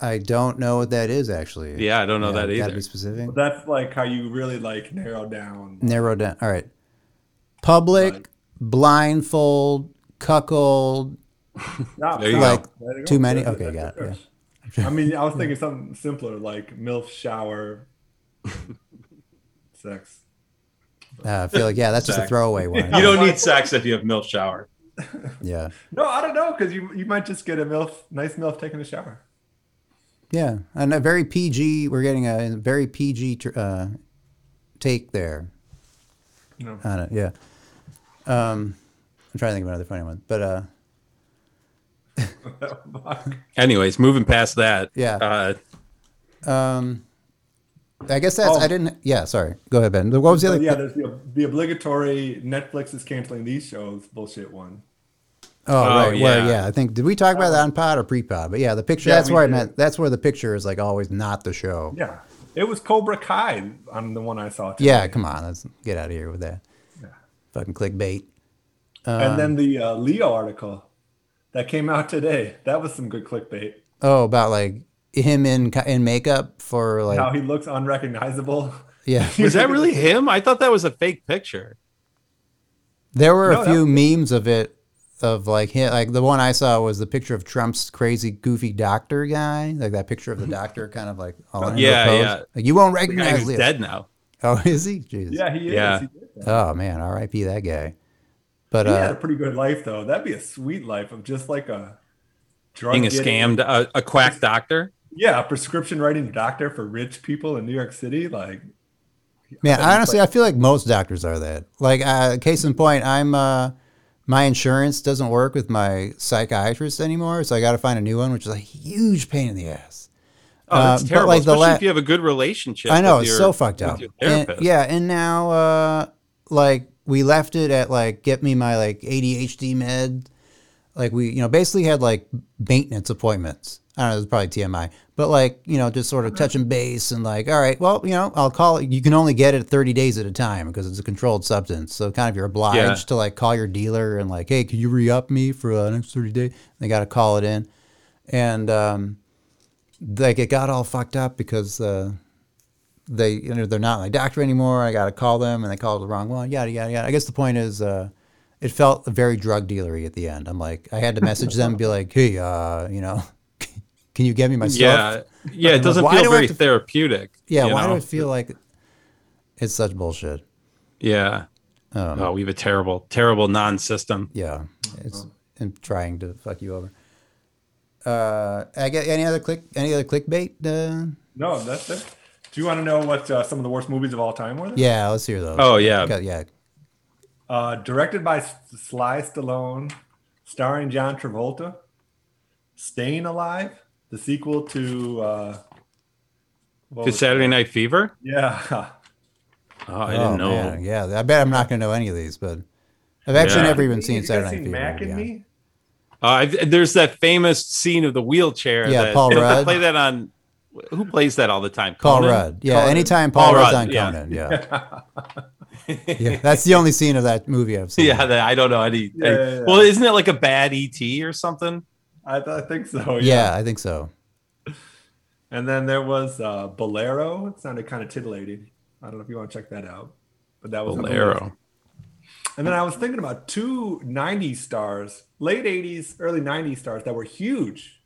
A: I don't know what that is actually.
C: Yeah, I don't know
A: Yeah,
C: that
A: Gotta
C: either.
A: be specific.
D: But that's like how you really like narrow down.
A: narrow down. All right. Public,
D: Right.
A: blindfold, cuckold.
D: Stop,
C: There you
D: stop.
A: go.
D: Let it
A: Too
D: go.
A: many?
D: That's
A: Okay,
D: that's
A: got it,
D: it. I mean, I was thinking something simpler like MILF shower sex.
A: Uh, I feel like, yeah, that's just a
C: Exactly.
A: throwaway one.
C: You don't need sex if you have milk shower.
A: Yeah.
D: No, I don't know because you you might just get a MILF, nice MILF taking a shower.
A: Yeah. And a very PG, we're getting a very PG tr- uh, take there
D: You know,
A: on it. Yeah. Um, I'm trying to think of another funny one. But uh,
C: Anyways, moving past that.
A: Yeah.
C: Uh,
A: um, I guess that's, I
D: Oh.
A: didn't, yeah, sorry. Go ahead, Ben. What was the
D: So,
A: other?
D: yeah, there's the, the obligatory Netflix is canceling these shows bullshit one.
A: Oh, right. Well,
C: yeah.
A: yeah. I think did we talk about that on pod or pre-pod? But yeah, the picture.
D: Oh. Yeah,
A: that's
D: we
A: where I
D: did.
A: meant. That's where the picture is like always not the show.
D: Yeah, it was Cobra Kai on the one I saw. Today.
A: Yeah, come on, let's get out of here with that. Fucking clickbait.
D: and
C: Um,
D: then the uh, Leo article that came out today. That was some good clickbait.
A: Oh, about like him in co- in makeup for like
D: How he looks unrecognizable.
A: yeah.
C: was that really him? I thought that was a fake picture.
A: There were
D: No,
A: a
D: that
A: few memes of it of like him, like the one I saw was the picture of Trump's crazy goofy doctor guy, like that picture of the doctor kind of like all in a
C: Yeah,
A: pose.
C: yeah.
A: Like, you won't
C: The guy
A: recognize
C: who's
A: Leo.
C: dead now.
A: Oh, is he? Jesus.
D: Yeah, he is.
C: Yeah.
D: He, did that.
A: Oh man, R.I.P. that guy. But
D: He had
A: uh,
D: a pretty good life though. That'd be a sweet life of just like a drug
C: Being a
D: getting-
C: scammed, a, a quack doctor.
D: Yeah, a prescription writing doctor for rich people in New York City. Like
A: man, honestly, I feel like most doctors are that. Like, uh, case in point, I'm uh, my insurance doesn't work with my psychiatrist anymore, so I got to find a new one, which is a huge pain in the ass.
C: Oh,
A: Uh,
C: that's
A: but
C: terrible.
A: like the
C: Especially
A: la-
C: if you have a good relationship.
A: I know
C: with
A: it's
C: your-
A: so fucked
C: with
A: up.
C: your
A: And-
C: therapist.
A: yeah, and now uh, like we left it at like get me my like ADHD med. Like we, you know, basically had like maintenance appointments. I don't know, it's probably TMI, but like you know, just sort
C: Uh-huh.
A: of touch and base and like, all right, well, you know, I'll call. You can only get it thirty days at a time because it's a controlled substance. So kind of you're obliged
C: Yeah.
A: to like call your dealer and like, hey, can you re up me for uh, next thirty days? They got to call it in, and um, like it got all fucked up because uh, they you know they're not my doctor anymore. I got to call them, and they called the wrong one. Yada yada yada. I guess the point is, uh, it felt very drug dealery at the end. I'm like, I had to message them, and be like, hey, uh, you know, can you get me my stuff?
C: Yeah. Yeah. It doesn't
A: Why do
C: feel
A: I
C: very
A: have to-
C: therapeutic.
A: Yeah,
C: you
A: why
C: know?
A: do I feel like it's such bullshit?
C: Yeah. oh, we have a terrible, terrible non-system.
A: Yeah,
C: Uh-huh.
A: it's and trying to fuck you over. Uh, I get any other click, any other clickbait? Uh,
D: no, that's it. Do you want to know what uh, some of the worst movies of all time were?
A: yeah, let's hear those.
C: Oh yeah.
A: Okay, yeah.
D: Uh, directed by S- Sly Stallone, starring John Travolta. Staying Alive, the sequel to. Uh, what
C: To
D: was-
C: Saturday Night Fever.
D: Yeah.
C: Oh, I didn't
A: Oh,
C: know.
A: man, Yeah, I bet I'm not gonna know any of these, but I've actually
C: Yeah.
A: never even
D: You
A: seen
D: guys
A: Saturday Night
D: seen
A: Fever.
D: Mac and
A: yeah.
D: Me?
C: Uh, I've- there's that famous scene of the wheelchair.
A: Yeah,
C: that,
A: Paul
C: they
A: Rudd.
C: Play that on. Who plays that all the time?
A: Paul
C: Conan?
A: Rudd. Yeah,
D: Conan.
A: anytime Paul,
C: Paul
A: Rudd's
C: Rudd,
A: on
C: yeah.
A: Conan. Yeah. yeah. That's the only scene of that movie I've seen.
C: Yeah, that, I don't know any.
D: Yeah, yeah, yeah.
C: Well, isn't it like a bad ET or something?
D: I, th- I think so.
A: Yeah, I think so.
D: And then there was uh, Bolero. It sounded kind of titillating. I don't know if you want to check that out, but that was on the list.
C: Bolero.
D: And then I was thinking about two 90s stars, late 80s, early 90s stars that were huge,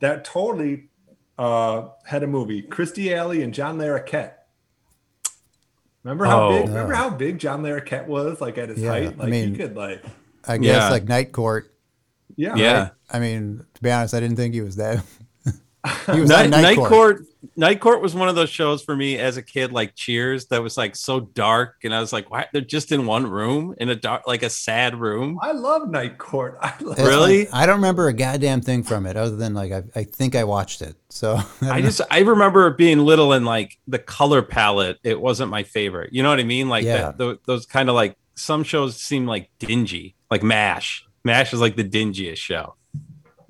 D: that totally uh, had a movie. Christy Alley and John Larroquette. Remember how
C: Oh.
D: big? Remember how big John Larroquette was, like at his
A: Yeah,
D: height.
A: I
D: Like
A: mean-
D: he could, like,
A: I guess
C: Yeah.
A: like Night Court.
D: yeah,
C: Yeah.
D: right?
A: I mean, to be honest, I didn't think he was that. he was
C: Night,
A: on Night,
C: Night
A: Court.
C: Court. Night Court was one of those shows for me as a kid, like Cheers, that was like so dark, and I was like, "Why? They're just in one room in a dark, like a sad room."
D: I love Night Court. I love
A: That's
C: Really?
A: like- I don't remember a goddamn thing from it other than like I, I think I watched it. So I don't
C: I
A: know.
C: just I remember it being little and like the color palette, it wasn't my favorite. You know what I mean? Like
A: Yeah.
C: that, tho- those kind of like some shows seem like dingy, like Mash. Mash is like the dingiest show.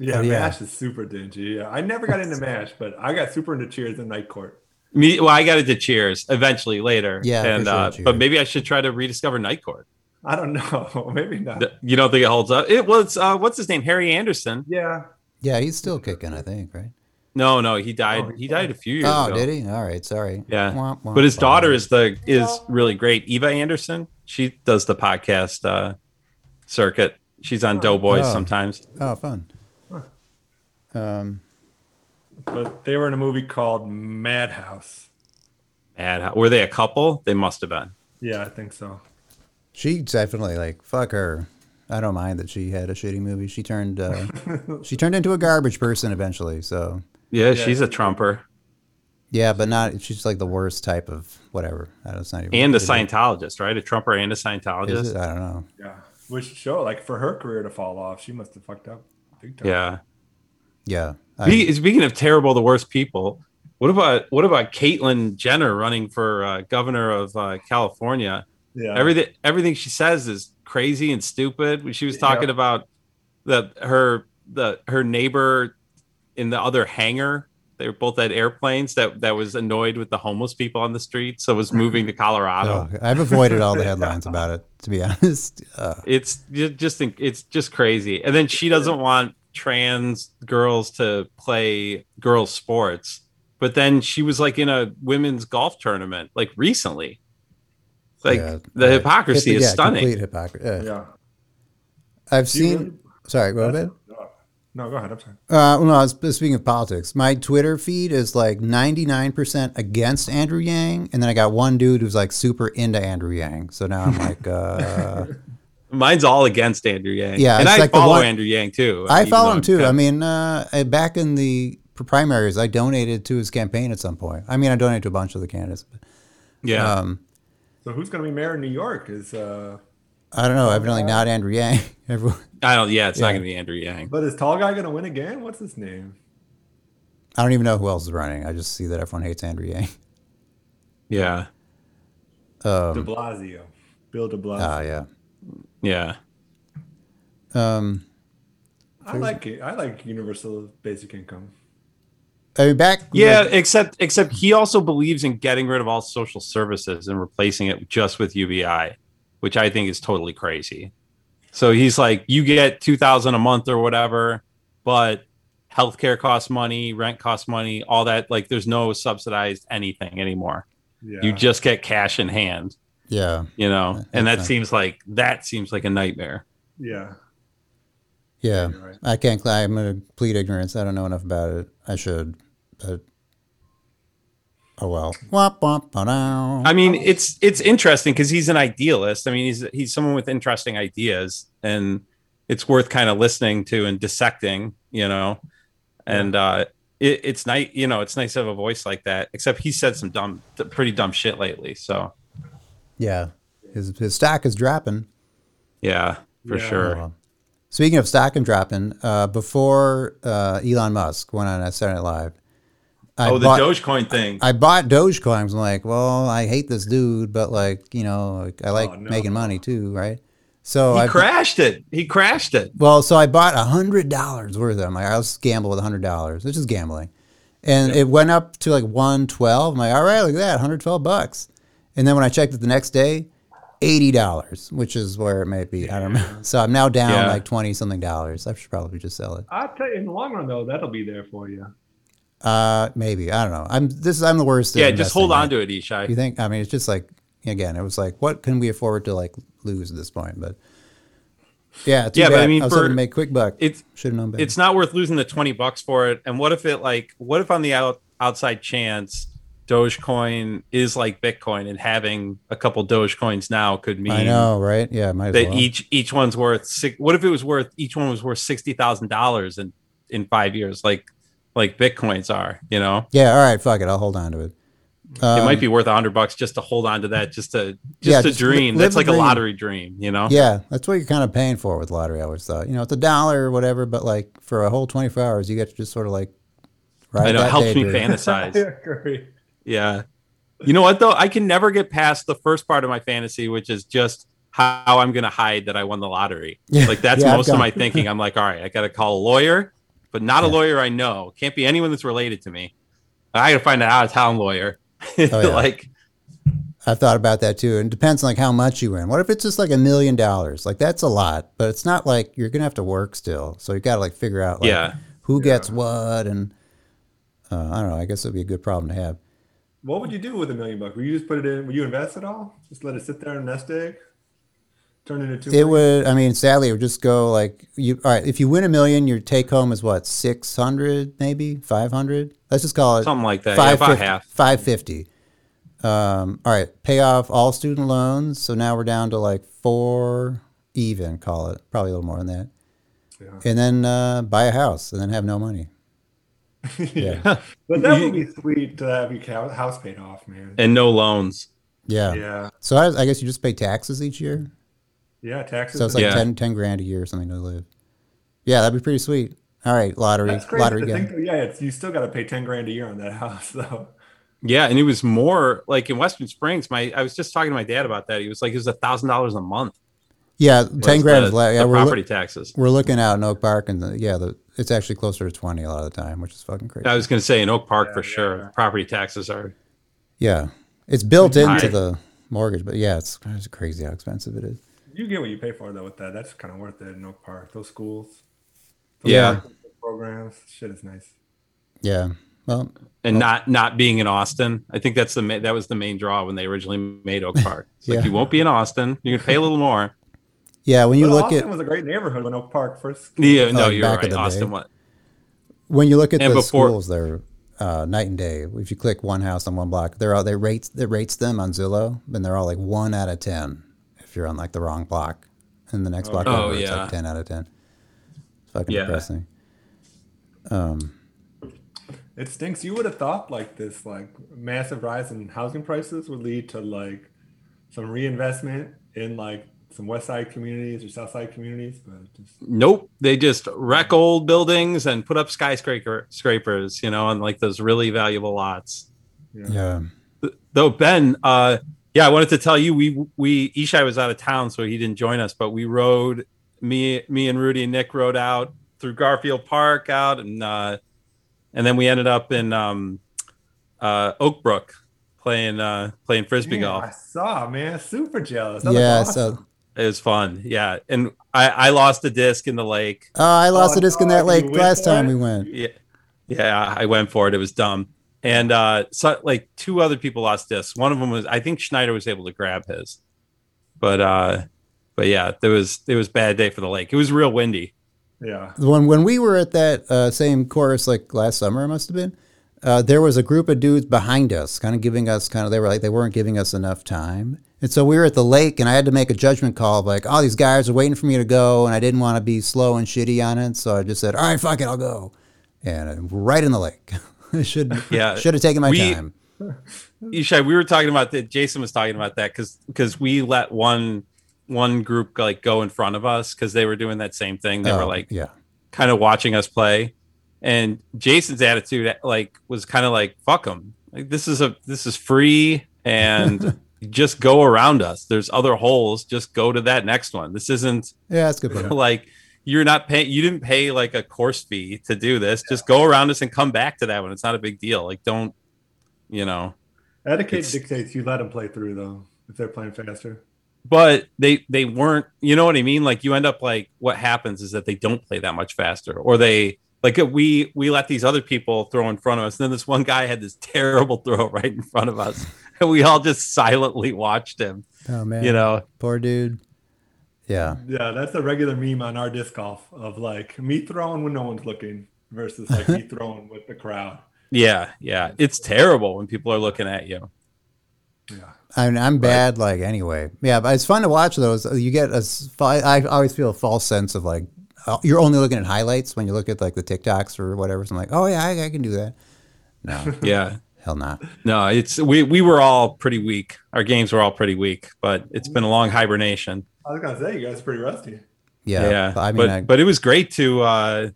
D: Yeah,
A: Oh, yeah.
D: Mash is super dingy. Yeah, I never got into Mash, but I got super into Cheers and Night Court.
C: Me, well, I got into Cheers eventually later.
A: Yeah, for
C: and
A: sure,
C: uh,
A: Cheers.
C: but maybe I should try to rediscover Night Court.
D: I don't know, maybe not.
C: Th- You don't think it holds up? It was uh, what's his name, Harry Anderson.
D: yeah,
A: yeah, he's still kicking, I think, right?
C: No, no, he died.
D: Oh, he
C: he died a few years
A: Oh,
C: ago.
A: did he? All right, sorry.
C: Yeah.
A: Womp, womp,
C: But his
A: womp.
C: daughter is the is really great. Eva Anderson. She does the podcast uh, circuit. She's on Doughboys
A: Oh.
C: sometimes.
A: Oh, fun. Um,
D: but they were in a movie called Madhouse.
C: Mad, were they a couple? They must have been.
D: Yeah, I think so.
A: she definitely like fuck her. I don't mind that she had a shitty movie. She turned uh, she turned into a garbage person eventually. So
C: Yeah, she's a trumper
A: yeah, but not she's like the worst type of whatever. I don't, it's not even
C: and a
A: is it-
C: Scientologist, right? A trumper and a
A: is
C: Scientologist.
A: it? I don't know.
D: Yeah, which show like for her career to fall off, she must have fucked up big time.
C: Yeah.
A: Yeah, I-
C: Be- Speaking of terrible, the worst people. What about what about Caitlyn Jenner running for uh, governor of uh, California?
D: yeah.
C: Uh, everything everything she says is crazy and stupid. When She was talking
D: Yeah.
C: about the her the her neighbor in the other hangar. They were both at airplanes that that was annoyed with the homeless people on the street, so was moving to Colorado.
A: oh, I've avoided all the headlines about it to be honest. Uh,
C: It's ju- just it's just crazy. And then she doesn't want trans girls to play girls sports. But then she was like in a women's golf tournament like recently. Like
A: yeah,
C: the
A: uh,
C: hypocrisy
A: yeah,
C: is stunning.
A: Complete hypocrisy.
D: yeah.
A: I've
D: Do you
A: seen.
D: really-
A: Sorry, go ahead.
D: That's- No, go ahead. I'm sorry.
A: Uh, well, no, I was speaking of politics. My Twitter feed is like 99% against Andrew Yang, and then I got one dude who's like super into Andrew Yang. So now I'm like, uh,
C: Mine's all against Andrew Yang.
A: Yeah,
C: and
A: it's
C: I
A: like the
C: follow
A: one-
C: Andrew Yang too.
A: I
C: even
A: follow
C: though
A: him too.
C: I'm-
A: I mean, uh, I- back in the primaries, I donated to his campaign at some point. I mean, I donated to a bunch of the candidates.
C: yeah,
A: Um,
D: So who's going to be mayor in New York? Is uh,
A: I don't
C: Oh,
A: know. Evidently not Andrew Yang. Everyone,
C: I don't. Yeah, it's not
A: yeah.
C: gonna be Andrew Yang.
D: but is tall guy going to win again? What's his name?
A: I don't even know who else is running. I just see that everyone hates Andrew Yang.
C: Yeah, Um,
D: De Blasio, Bill De
C: Oh,
D: Blasio.
A: Ah, yeah.
C: yeah.
A: Um,
D: I like it. I like universal basic income.
A: I mean, back.
C: Yeah,
A: like-
C: except except he also believes in getting rid of all social services and replacing it just with UBI, which I think is totally crazy. So he's like, you get two thousand a month or whatever, but healthcare costs money, rent costs money, all that. Like, there's no subsidized anything anymore.
D: Yeah.
C: You just get cash in hand,
A: yeah.
C: you know. And that
A: Okay.
C: seems like that seems like a nightmare.
D: yeah.
A: Yeah.
D: You're right.
A: I can't. cla- I'm going to plead ignorance. I don't know enough about it. I should, but oh well. Womp womp ba-dow.
C: I mean, it's it's interesting because he's an idealist. I mean, he's he's someone with interesting ideas, and it's worth kind of listening to and dissecting, you know. And uh, it, it's nice, you know, it's nice to have a voice like that. Except he said some dumb, th- pretty dumb shit lately. So
A: Yeah. His his stock is dropping.
C: yeah, for
D: Yeah.
C: sure.
A: Well, Speaking of stock and dropping, uh, before uh, Elon Musk went on Saturday Night Live, I
C: oh, the
A: bought,
C: Dogecoin thing.
A: I bought Dogecoin. I'm like, well, I hate this dude, but like, you know, like, I like
D: Oh, no.
A: making money too, right? So
C: he
A: I
C: crashed it. He crashed it.
A: well, so I bought a hundred dollars worth of them. Like, I'll just gamble with a hundred dollars. It's just gambling, and it went up to like one twelve. I'm like, all right, look at that, hundred twelve bucks. And then when I checked it the next day, eighty dollars, which is where it might be. I don't know. So I'm now down
C: Yeah.
A: like twenty something dollars. I should probably just sell it.
D: I'll tell you, in the long run, though, that'll be there for you.
A: Uh, maybe I don't know. I'm this. is I'm the worst. at
C: Yeah, just hold on
A: investing,
C: to it, Ishai.
A: right? You think? I mean, it's just like again, it was like, what can we afford to like lose at this point? But yeah, too
C: Yeah, but I
A: bad.
C: mean,
A: was
C: for-
A: hoping to make quick buck.
C: It's
A: should have known better.
C: it's not worth losing the 20 bucks for it and what if it like what if on the out, outside chance dogecoin is like bitcoin and having a couple dogecoins now could mean
A: I know, right? Yeah, might as
C: that
A: well.
C: each each one's worth six what if it was worth each one was worth sixty thousand dollars in in five years like like bitcoins are you know
A: Yeah, all right, fuck it. I'll hold on to it.
C: it
A: Um,
C: might be worth a hundred bucks just to hold on to that just to just
A: Yeah,
C: a
A: just li-
C: dream
A: live
C: that's
A: the
C: like a
A: dream.
C: lottery dream you know
A: Yeah, that's what you're kind of paying for with lottery. I always thought, you know, it's a dollar or whatever, but like for a whole 24 hours, you get to just sort of like ride
C: I know,
A: that
C: it helps me
A: daydream.
C: fantasize.
D: I agree.
C: Yeah. You know what though? I can never get past the first part of my fantasy, which is just how I'm gonna hide that I won the lottery.
A: Yeah.
C: Like that's
A: Yeah, I've
C: most of
A: gone-
C: my thinking. I'm like, all right, I gotta call a lawyer, but not a
A: Yeah.
C: lawyer I know. Can't be anyone that's related to me. I gotta find an out of town lawyer.
A: Oh,
C: like
A: I've thought about that too. And it depends on like how much you win. What if it's just like a million dollars? Like that's a lot, but it's not like you're gonna have to work still. So you got to like figure out like
C: Yeah.
A: who gets what and uh, I don't know. I guess it'd be a good problem to have.
D: What would you do with a million bucks? Would you just put it in? Would you invest it all? Just let it sit there and nest egg? Turn it into two
A: It
D: million?
A: would. I mean, sadly, it would just go like you. All right, if you win a million, your take home is what six hundred, maybe five hundred. Let's just call it
C: something like that. Yeah, about half.
A: Five fifty. Um, all right, pay off all student loans. So now we're down to like four even. Call it probably a little more than that.
D: Yeah.
A: And then uh, buy a house, and then have no money. Yeah,
D: But that would be sweet to have your cow- house paid off, man.
C: And no loans.
A: yeah.
D: yeah.
A: So I, I guess you just pay taxes each year.
D: Yeah. Taxes.
A: So it's like
C: Yeah.
A: ten, ten 10, grand a year or something to live. Yeah, that'd be pretty sweet. All right, lottery,
D: that's crazy.
A: lottery
D: to
A: game.
D: think, yeah. It's, you still got to pay 10 grand a year on that house, though.
C: Yeah, and it was more like in Western Springs, my I was just talking to my dad about that. He was like, it was a thousand dollars a month.
A: Yeah, ten
C: was
A: grand
C: the,
A: is la-
C: the
A: yeah, we're, loo-
C: property taxes.
A: we're looking out in Oak Park, and the, yeah, the, it's actually closer to twenty a lot of the time, which is fucking crazy.
C: I was gonna say in Oak Park
D: Yeah,
C: for
D: yeah.
C: sure. Property taxes are
A: yeah, it's built
C: High.
A: into the mortgage, but yeah, it's, it's crazy how expensive it is.
D: You get what you pay for, though, with that. That's kind of worth it in Oak Park. Those schools.
C: Yeah.
D: Programs. Shit is nice.
A: Yeah, well,
C: and not not being in Austin. I think that's the ma- that was the main draw when they originally made Oak Park. It's
A: Yeah.
C: like you won't be in Austin. You can pay a little more.
A: Yeah, when you
D: But
A: look
D: Austin
A: at
D: was a great neighborhood when Oak Park first. came.
C: Yeah, no,
A: Oh,
C: you're
A: back in
C: right.
A: the
C: Austin
A: day.
C: what?
A: when you look at the
C: And before-
A: schools, they're uh, night and day. If you click one house on one block, they're all they rates they rates them on Zillow, and they're all like one out of ten if you're on like the wrong block, and the next block
C: Oh,
A: over it's
C: yeah.
A: like ten out of ten. It's fucking
C: Yeah.
A: depressing.
D: It stinks. You would have thought like this, like massive rise in housing prices would lead to like some reinvestment in like some West Side communities or South Side communities, but it just
C: Nope. They just wreck old buildings and put up skyscraper scrapers, you know, on like those really valuable lots.
A: Yeah,
C: Though Ben, uh yeah, I wanted to tell you we we Ishai was out of town, so he didn't join us, but we rode me me and Rudy and Nick rode out through Garfield Park out and uh and then we ended up in um uh Oak Brook playing uh playing frisbee
D: Yeah,
C: golf.
D: I saw, man. Super jealous. That
A: yeah.
D: was awesome.
A: So
C: It was fun. Yeah. And I, I lost a disc in the lake.
A: oh, I lost
D: Oh,
A: a disc in
D: no,
A: that
D: you
A: lake
D: went
A: last
D: for
A: time
D: it?
A: we went.
C: Yeah. Yeah. I went for it. It was dumb. And uh, so, like two other people lost discs. One of them was, I think Schneider was able to grab his, but, uh, but yeah, there was, it was a bad day for the lake. It was real windy.
D: yeah.
A: when when we were at that uh, same chorus like last summer it must have been uh, there was a group of dudes behind us kind of giving us kind of they were like they weren't giving us enough time and so we were at the lake and i had to make a judgment call of like all these guys are waiting for me to go and i didn't want to be slow and shitty on it so i just said all right fuck it i'll go and I'm right in the lake I should
C: Yeah.
A: should have taken my
C: We-
A: time
C: Ishai, we were talking about that. Jason was talking about that because, because we let one, one group like go in front of us because they were doing that same thing. They were
A: Oh,
C: like,
A: yeah
C: kind of watching us play and jason's attitude like was kind of like fuck them like this is a this is free and just go around us there's other holes just go to that next one this isn't
A: yeah that's a good point
C: like you're not paying you didn't pay like a course fee to do this just go around us and come back to that one it's not a big deal like don't you know
D: Etiquette
C: It's-
D: dictates you let them play through though if they're playing faster.
C: but they they weren't you know what i mean like you end up like what happens is that they don't play that much faster or they like uh, we we let these other people throw in front of us and then this one guy had this terrible throw right in front of us and we all just silently watched him
A: oh man
C: you know
A: poor dude yeah
D: Yeah, that's a regular meme on our disc golf of like me throwing when no one's looking versus like me throwing with the crowd.
C: yeah yeah it's terrible when people are looking at you
D: Yeah.
A: I mean, I'm bad, like anyway. Yeah, but it's fun to watch those. You get a s- fi- I always feel a false sense of like uh, you're only looking at highlights when you look at like the TikToks or whatever. So I'm like, oh yeah, I, I can do that. No,
C: yeah
A: hell not.
C: no it's we we were all pretty weak our games were all pretty weak but it's been a long hibernation
D: I was gonna say you guys are pretty rusty.
A: Yeah,
C: yeah,
A: but I mean,
C: but,
A: I,
C: but it was great to uh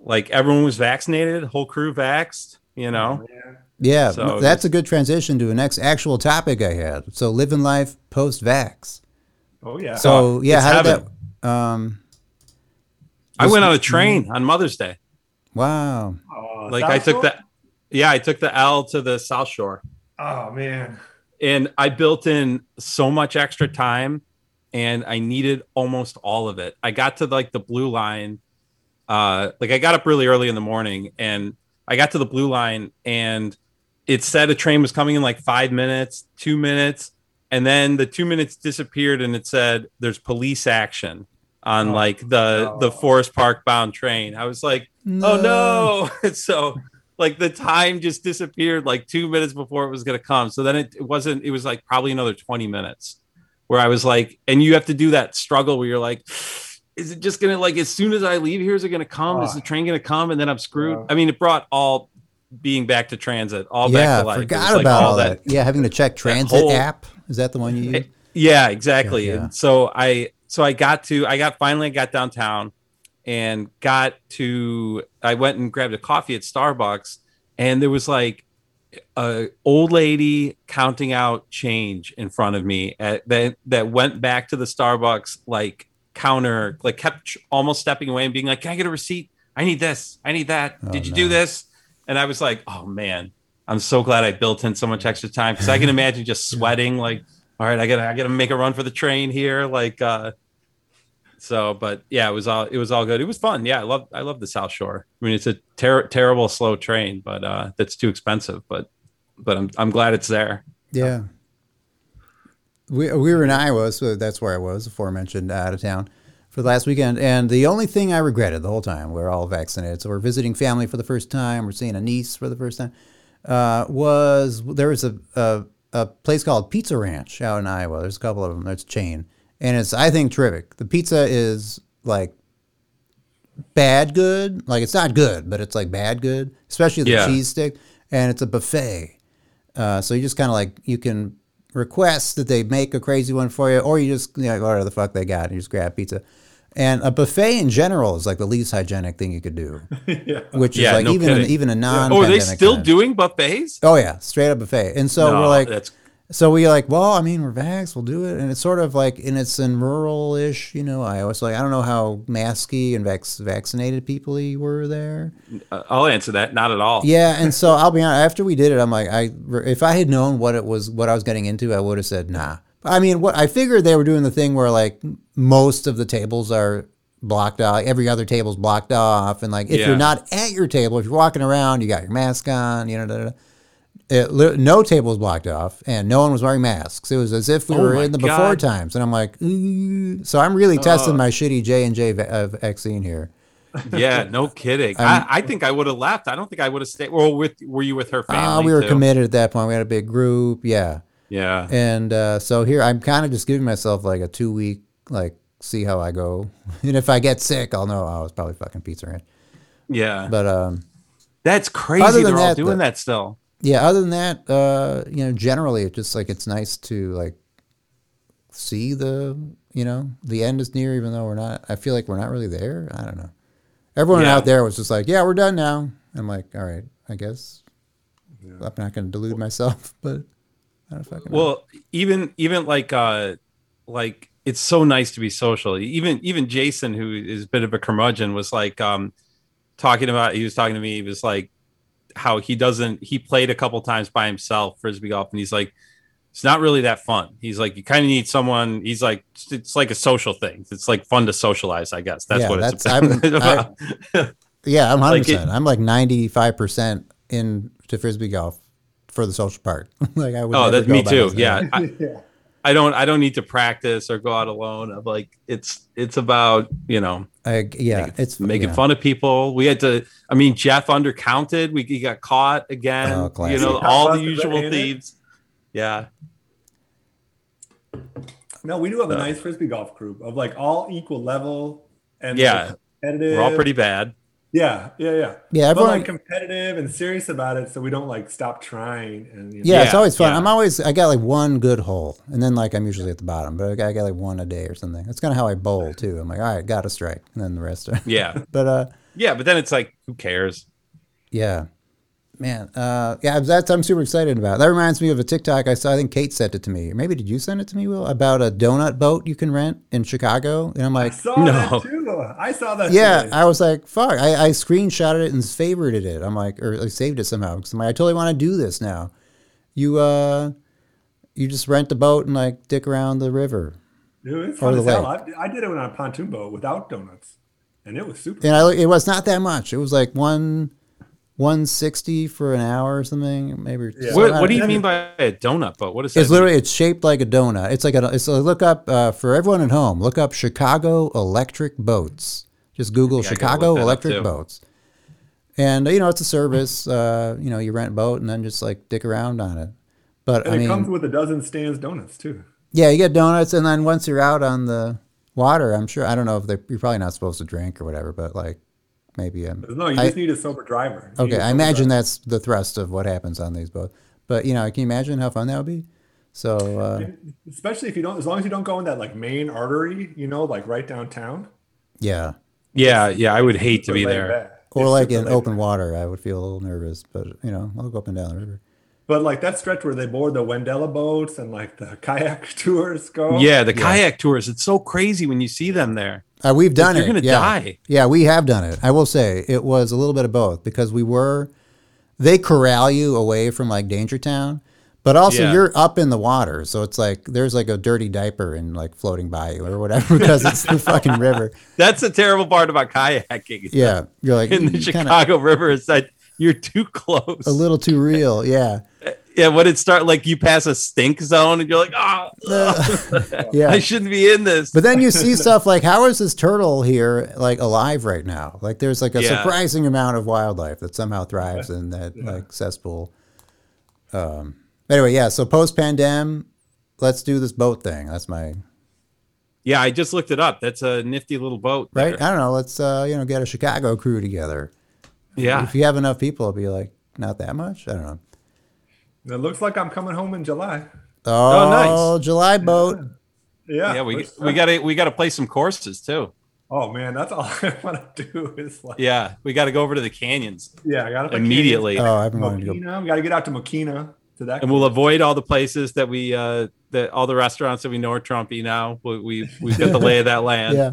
C: like everyone was vaccinated whole crew vaxxed you know
D: Yeah.
A: yeah,
C: so
A: that's a good transition to the next actual topic I had. So living life post vax.
D: Oh yeah.
A: So yeah,
C: it's
A: how did
C: heaven.
A: that? Um,
C: I went
D: Mhm.
C: on a train on Mother's Day.
A: wow.
D: Oh,
C: Like
D: South
C: I took
D: Shore?
C: the yeah, I took the L to the South Shore.
D: Oh man.
C: And I built in so much extra time and I needed almost all of it. I got to like the blue line. Uh like I got up really early in the morning and I got to the blue line and it said a train was coming in like five minutes, two minutes, and then the two minutes disappeared and it said there's police action on
D: Oh,
C: like the
D: no.
C: the Forest Park bound train. I was like oh no so like the time just disappeared like two minutes before it was going to come so then it, it wasn't it was like probably another 20 minutes where i was like and you have to do that struggle where you're like is it just going to like as soon as i leave here is it going to come is
D: Ah.
C: the train going to come and then i'm screwed
D: Yeah.
C: i mean it brought all being back to transit all back
A: yeah,
C: to life It was,
A: forgot
C: like,
A: about all that. Yeah, having to check transit
C: whole-
A: app. Is that the one you use?
C: yeah, exactly.
A: Yeah, yeah.
C: And so I so I got to I got finally got downtown and got to I went and grabbed a coffee at Starbucks and there was like a old lady counting out change in front of me at, that that went back to the Starbucks like counter like kept tr- almost stepping away and being like can I get a receipt? I need this. I need that.
A: Oh,
C: Did you
A: no.
C: do this? And I was like, "Oh man, I'm so glad I built in so much extra time because I can imagine just sweating like, all right, I gotta I gotta make a run for the train here. Like uh so but yeah, it was all it was all good. It was fun. Yeah, I love I love the South Shore. I mean it's a ter- terrible slow train, but uh that's too expensive. But but I'm I'm glad it's there.
A: Yeah. we, we were in Iowa, so that's where I was, aforementioned, out of town for the last weekend. And the only thing I regretted the whole time, we're all vaccinated, so we're visiting family for the first time, we're seeing a niece for the first time, uh, was there was a, a, a place called Pizza Ranch out in Iowa. There's a couple of them, there's a chain. And it's, I think, terrific. The pizza is like bad good. Like it's not good, but it's like bad good, especially the
C: Yeah.
A: cheese stick. And it's a buffet. Uh, so you just kind of like, you can request that they make a crazy one for you, or you just, you know, whatever the fuck they got, and you just grab pizza. And a buffet in general is like the least hygienic thing you could do,
D: yeah.
A: which is
C: Yeah,
A: like
C: no
A: even
C: kidding.
A: even a non.
C: Oh, are they still doing buffets?
A: Oh yeah, straight up buffet. And so we're
C: No,
A: like,
C: that's
A: so we like, well, I mean, we're vax, we'll do it, and it's sort of like, and it's in rural-ish, you know, Iowa. So like, I don't know how masky and vax vaccinated people were there.
C: uh, I'll answer that. Not at all.
A: Yeah, and so I'll be honest. After we did it, I'm like, I if I had known what it was, what I was getting into, I would have said nah. I mean, what I figured they were doing the thing where like most of the tables are blocked off, every other table's blocked off, and like if
C: Yeah.
A: you're not at your table, if you're walking around, you got your mask on, you know, da, da, da. It, li- no table was blocked off, and no one was wearing masks. It was as if we
C: Oh
A: were
C: my
A: in the
C: God. Uh.
A: before times, and I'm like, "Ooh." so I'm really testing my shitty J and J vaccine here.
C: Yeah, no kidding. I, I think I would have left. I don't think I would have stayed. Well, with were you with her family?
A: Ah, we were
C: too?
A: committed at that point. We had a big group, yeah.
C: Yeah.
A: And uh, so here I'm kind of just giving myself like a two week like see how I go, and if I get sick, I'll know oh, it's probably fucking pizza ranch.
C: Yeah.
A: But um,
C: That's crazy.
A: than
C: They're all
A: that,
C: doing
A: though-
C: that still.
A: yeah, other than that, uh, you know, generally it's just like it's nice to like see the you know the end is near, even though we're not. I feel like we're not really there. I don't know. Everyone
C: Yeah.
A: out there was just like, yeah, we're done now. I'm like, all right, I guess. I'm not going to delude myself, but I don't fucking know.
C: Well, even even like uh like it's so nice to be social. Even even Jason, who is a bit of a curmudgeon, was like um talking about he was talking to me, he was like how he doesn't he played a couple times by himself frisbee golf and he's like it's not really that fun. He's like you kind of need someone. He's like it's- it's like a social thing. It's like fun to socialize, I guess. That's
A: Yeah,
C: what it's
A: that's- I'm- I-
C: about.
A: Yeah, I'm 100%.
C: Like it-
A: I'm like 95% in to frisbee golf for the social part. like I would
C: oh,
A: never
C: that's
A: go
C: me
A: by
C: too.
A: myself.
C: Yeah, I-
D: yeah.
C: I don't I don't need to practice or go out alone. I'm like it's it's about, you know,
A: I, yeah, it's
C: making
A: yeah.
C: fun of people. We had to I mean Jeff undercounted. We he got caught again.
A: Oh,
C: you
A: classic.
C: know,
D: Got
C: all
D: busted,
C: the
D: but
C: usual
D: ain't it?
C: thieves. Yeah.
D: No, we do have a
C: Uh,
D: nice frisbee golf group of like all equal level and
C: Yeah.
D: like, competitive.
C: We're all pretty bad.
D: Yeah, yeah, yeah.
A: Yeah,
D: But
A: everyone
D: like competitive and serious about it, so we don't like stop trying. And you know,
A: yeah, it's
C: Yeah,
A: always fun.
C: yeah.
A: I'm always I got like one good hole and then like I'm usually at the bottom, but I got, I got like one a day or something. That's kind of how I bowl too. I'm like, all right, got a strike and then the rest are.
C: Yeah.
A: But uh
C: Yeah, but then it's like who cares?
A: Yeah. Man, uh, yeah, that's I'm super excited about. That reminds me of a TikTok I saw. I think Kate sent it to me. Or Maybe did you send it to me, Will? About a donut boat you can rent in Chicago. And I'm
D: I
A: like,
D: saw
C: No.
D: that too. I saw that.
A: yeah,
D: today.
A: I was like, fuck. I, I screenshotted it and favorited it. I'm like, or I saved it somehow because I'm like, I totally want to do this now. You uh, you just rent a boat and like dick around the river.
D: Dude, it's
A: Or
D: fun
A: the
D: as hell.
A: lake.
D: I, I did it on a pontoon boat without donuts, and it was super.
A: And I it was not that much. It was like one, one sixty for an hour or something. Maybe.
D: Yeah.
C: What,
A: I
C: what do
A: don't-
C: you mean by a donut boat? What is
A: It's
C: that?
A: literally it's shaped like a donut. It's like a it's a look up uh, for everyone at home. Look up Chicago electric boats. Just Google
C: I gotta
A: Chicago
C: look that up,
A: electric
C: too.
A: boats. And you know it's a service. Uh, you know you rent a boat and then just like dick around on it. But
D: And
A: I
D: it comes
A: mean,
D: with a dozen stands donuts too.
A: yeah, you get donuts, and then once you're out on the water, I'm sure I don't know if they you're probably not supposed to drink or whatever, but like maybe um,
D: No, you
A: I-
D: just need a sober driver. You need
A: Okay,
D: a
A: I
D: sober
A: imagine that's the thrust of what happens on these boats. But you know, can you imagine how fun that would be? So uh,
D: driver. Especially if you don't, as long as you don't go in that like main artery, you know, like right downtown.
A: yeah.
C: yeah, yeah, I would hate to be
D: Laid
C: there.
D: back.
A: Or
D: It's
A: like
D: super
A: in
D: laid
A: open water, I would feel a little nervous, but you know, I'll go up and down the river.
D: But like that stretch where they board the Wendella boats and like the kayak tours go.
C: Yeah, the kayak tours. It's so crazy when you see them there.
A: Uh, we've done
C: You're
A: it.
C: gonna
A: yeah.
C: die.
A: Yeah, we have done it. I will say it was a little bit of both because we were, they corral you away from like Danger Town, but also
C: Yeah.
A: you're up in the water. So it's like there's like a dirty diaper and like floating by you or whatever because it's the fucking river.
C: That's the terrible part about kayaking.
A: Yeah. You're like,
C: In the
A: "Mm, kinda
C: Chicago River, it's that you're too close.
A: a little too real. Yeah.
C: yeah, what it start like you pass a stink zone and you're like, oh,
A: yeah.
C: I shouldn't be in this.
A: But then you see stuff like how is this turtle here like alive right now? Like there's like a
C: Yeah.
A: surprising amount of wildlife that somehow thrives in that like cesspool. Um anyway, yeah, so post pandem, let's do this boat thing. That's my
C: yeah, I just looked it up. That's a nifty little boat.
A: right?
C: there.
A: I don't know, let's uh you know get a Chicago crew together.
C: Yeah.
A: If you have enough people, it'll be like not that much. I don't know.
D: It looks like I'm coming home in July.
A: Oh,
C: nice.
A: July boat.
D: Yeah.
C: Yeah, we
D: Looks-
C: we gotta we gotta play some courses too.
D: Oh man, that's all I want to do is like. Yeah,
C: Yeah, we gotta go over to the canyons
D: I got to
C: immediately,
A: Oh, I've been wanting to go.
D: Mokina, we got to get out to Mokina to that.
C: and we'll avoid all the places that we uh that all the restaurants that we know are Trumpy now. We, we we've got the lay of that land.
A: Yeah.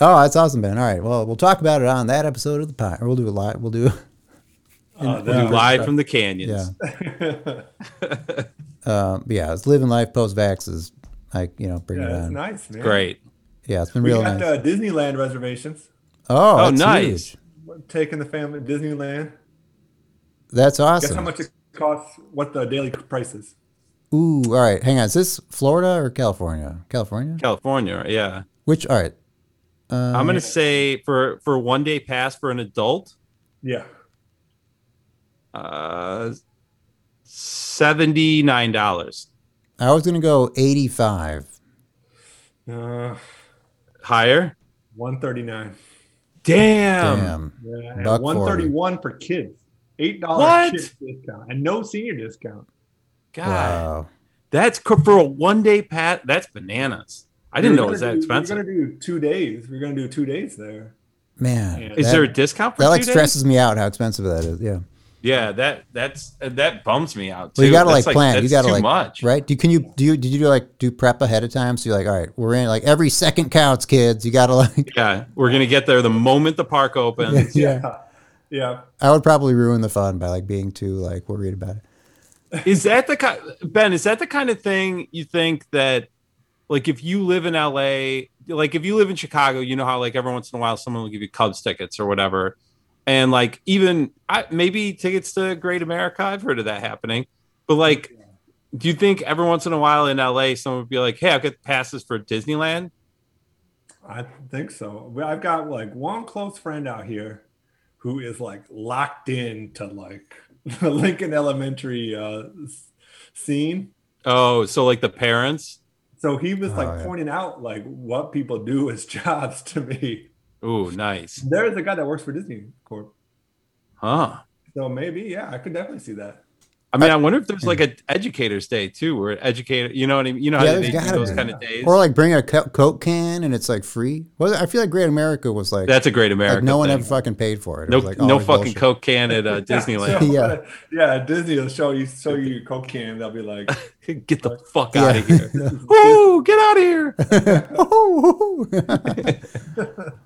A: Oh, that's awesome, Ben. All right. Well, we'll talk about it on that episode of the pod. We'll do a live. We'll do.
C: We'll
D: Uh,
C: do
D: that-
C: live from the canyons.
A: Yeah. um, yeah. It's living life post vax is like you know bring it
D: yeah, it's
A: on.
D: nice, man.
C: Great.
A: yeah, it's been
D: We
A: real
D: got
A: nice.
D: uh, Disneyland reservations.
A: oh,
C: Oh,
A: that's
C: nice.
A: huge.
D: We're taking the family to Disneyland.
A: That's
D: Guess how
A: awesome.
D: much it costs? What the daily price is?
A: Ooh. All right. Hang on. Is this Florida or California? California.
C: California, yeah.
A: Which? All right.
C: I'm
A: Uh,
C: gonna say for for one day pass for an adult,
D: Yeah,
C: uh, seventy nine dollars
A: I was gonna go eighty-five.
D: uh,
C: higher.
D: one thirty nine.
C: Damn.
A: Damn.
D: Yeah,
A: Buck
D: and
A: forty.
D: one thirty one for kids. Eight
C: What?
D: dollars kids discount and no senior discount.
C: God,
A: Wow.
C: that's co- for a one day pass. That's bananas. I didn't
D: We're
C: know it
D: gonna
C: was that
D: do-
C: expensive.
D: We're gonna do two days. We're gonna do two days there.
A: Man.
D: Yeah.
C: Is
A: that-
C: there a discount for
A: that
C: two
A: like
C: days?
A: stresses me out how expensive that is. Yeah.
C: Yeah, that that's uh, that bums me out too.
A: Well, you gotta
C: That's
A: like plan.
C: That's
A: You gotta
C: too
A: like
C: much.
A: right. Do can you do you did you do like do prep ahead of time? So you're like, all right, we're in like every second counts, kids. You gotta like.
C: Yeah, we're gonna get there the moment the park opens.
D: Yeah, yeah.
A: I would probably ruin the fun by like being too like worried about it.
C: is that the kind Ben? Is that the kind of thing you think that like if you live in LA, like if you live in Chicago, you know how like every once in a while someone will give you Cubs tickets or whatever, and like even I, maybe tickets to Great America. I've heard of that happening, but like. Do you think every once in a while in LA, someone would be like, "Hey, I've got passes for Disneyland"?
D: I think so. Well, I've got like one close friend out here who is like locked in to like the Lincoln Elementary uh, s- scene.
C: Oh, so like the parents?
D: So he was like
A: Oh, yeah.
D: pointing out like what people do as jobs to me.
C: Ooh, nice,
D: There is a guy that works for Disney Corp.
C: huh?
D: So maybe, yeah, I could definitely see that.
C: I mean, I wonder if there's like an educators day too, where educator, you know what I mean? You know
A: Yeah,
C: how
A: there's
C: they do
A: gotta
C: those
A: be.
C: kind of days.
A: Or like bring a co- Coke can and it's like free. Well, I feel like Great America was like,
C: That's a great
A: like
C: American.
A: no one
C: thing.
A: ever fucking paid for it. It
C: no
A: was, like,
C: no
A: always
C: fucking
A: bullshit.
C: Coke can at uh,
D: Yeah,
C: Disneyland.
D: so-
A: Yeah.
D: yeah, Disney will show you show you your Coke can. They'll be like,
C: Get the fuck
A: Yeah.
C: out of here. Ooh, get out of here.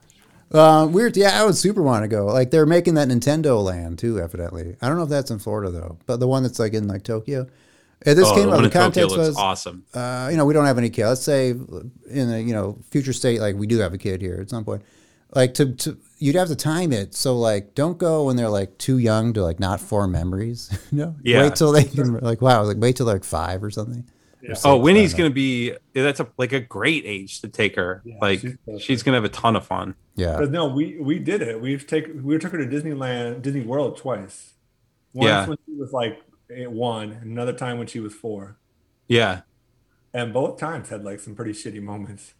A: Uh, weird. Yeah, I would super want to go. Like they're making that Nintendo Land too, evidently. I don't know if that's in Florida though, but the one that's like in like Tokyo. And this
C: oh,
A: came
C: the
A: up.
C: one
A: The
C: in Tokyo
A: context
C: looks
A: was,
C: awesome.
A: uh, you know, we don't have any kid. Let's say in a you know future state, like we do have a kid here at some point. Like to, to you'd have to time it so like don't go when they're like too young to like not form memories. you know,
C: Yeah.
A: wait till they can like wow, like wait till like five or something.
C: Oh, Winnie's gonna be that's a like a great age to take her.
D: Yeah,
C: like
D: she's
C: she's,
D: perfect.
C: gonna have a ton of fun.
A: Yeah,
D: Because no, we we did it. We've taken we took her to Disneyland, Disney World twice. Once
C: Yeah.
D: when she was like at one, and another time when she was four,
C: Yeah.
D: and both times had like some pretty shitty moments.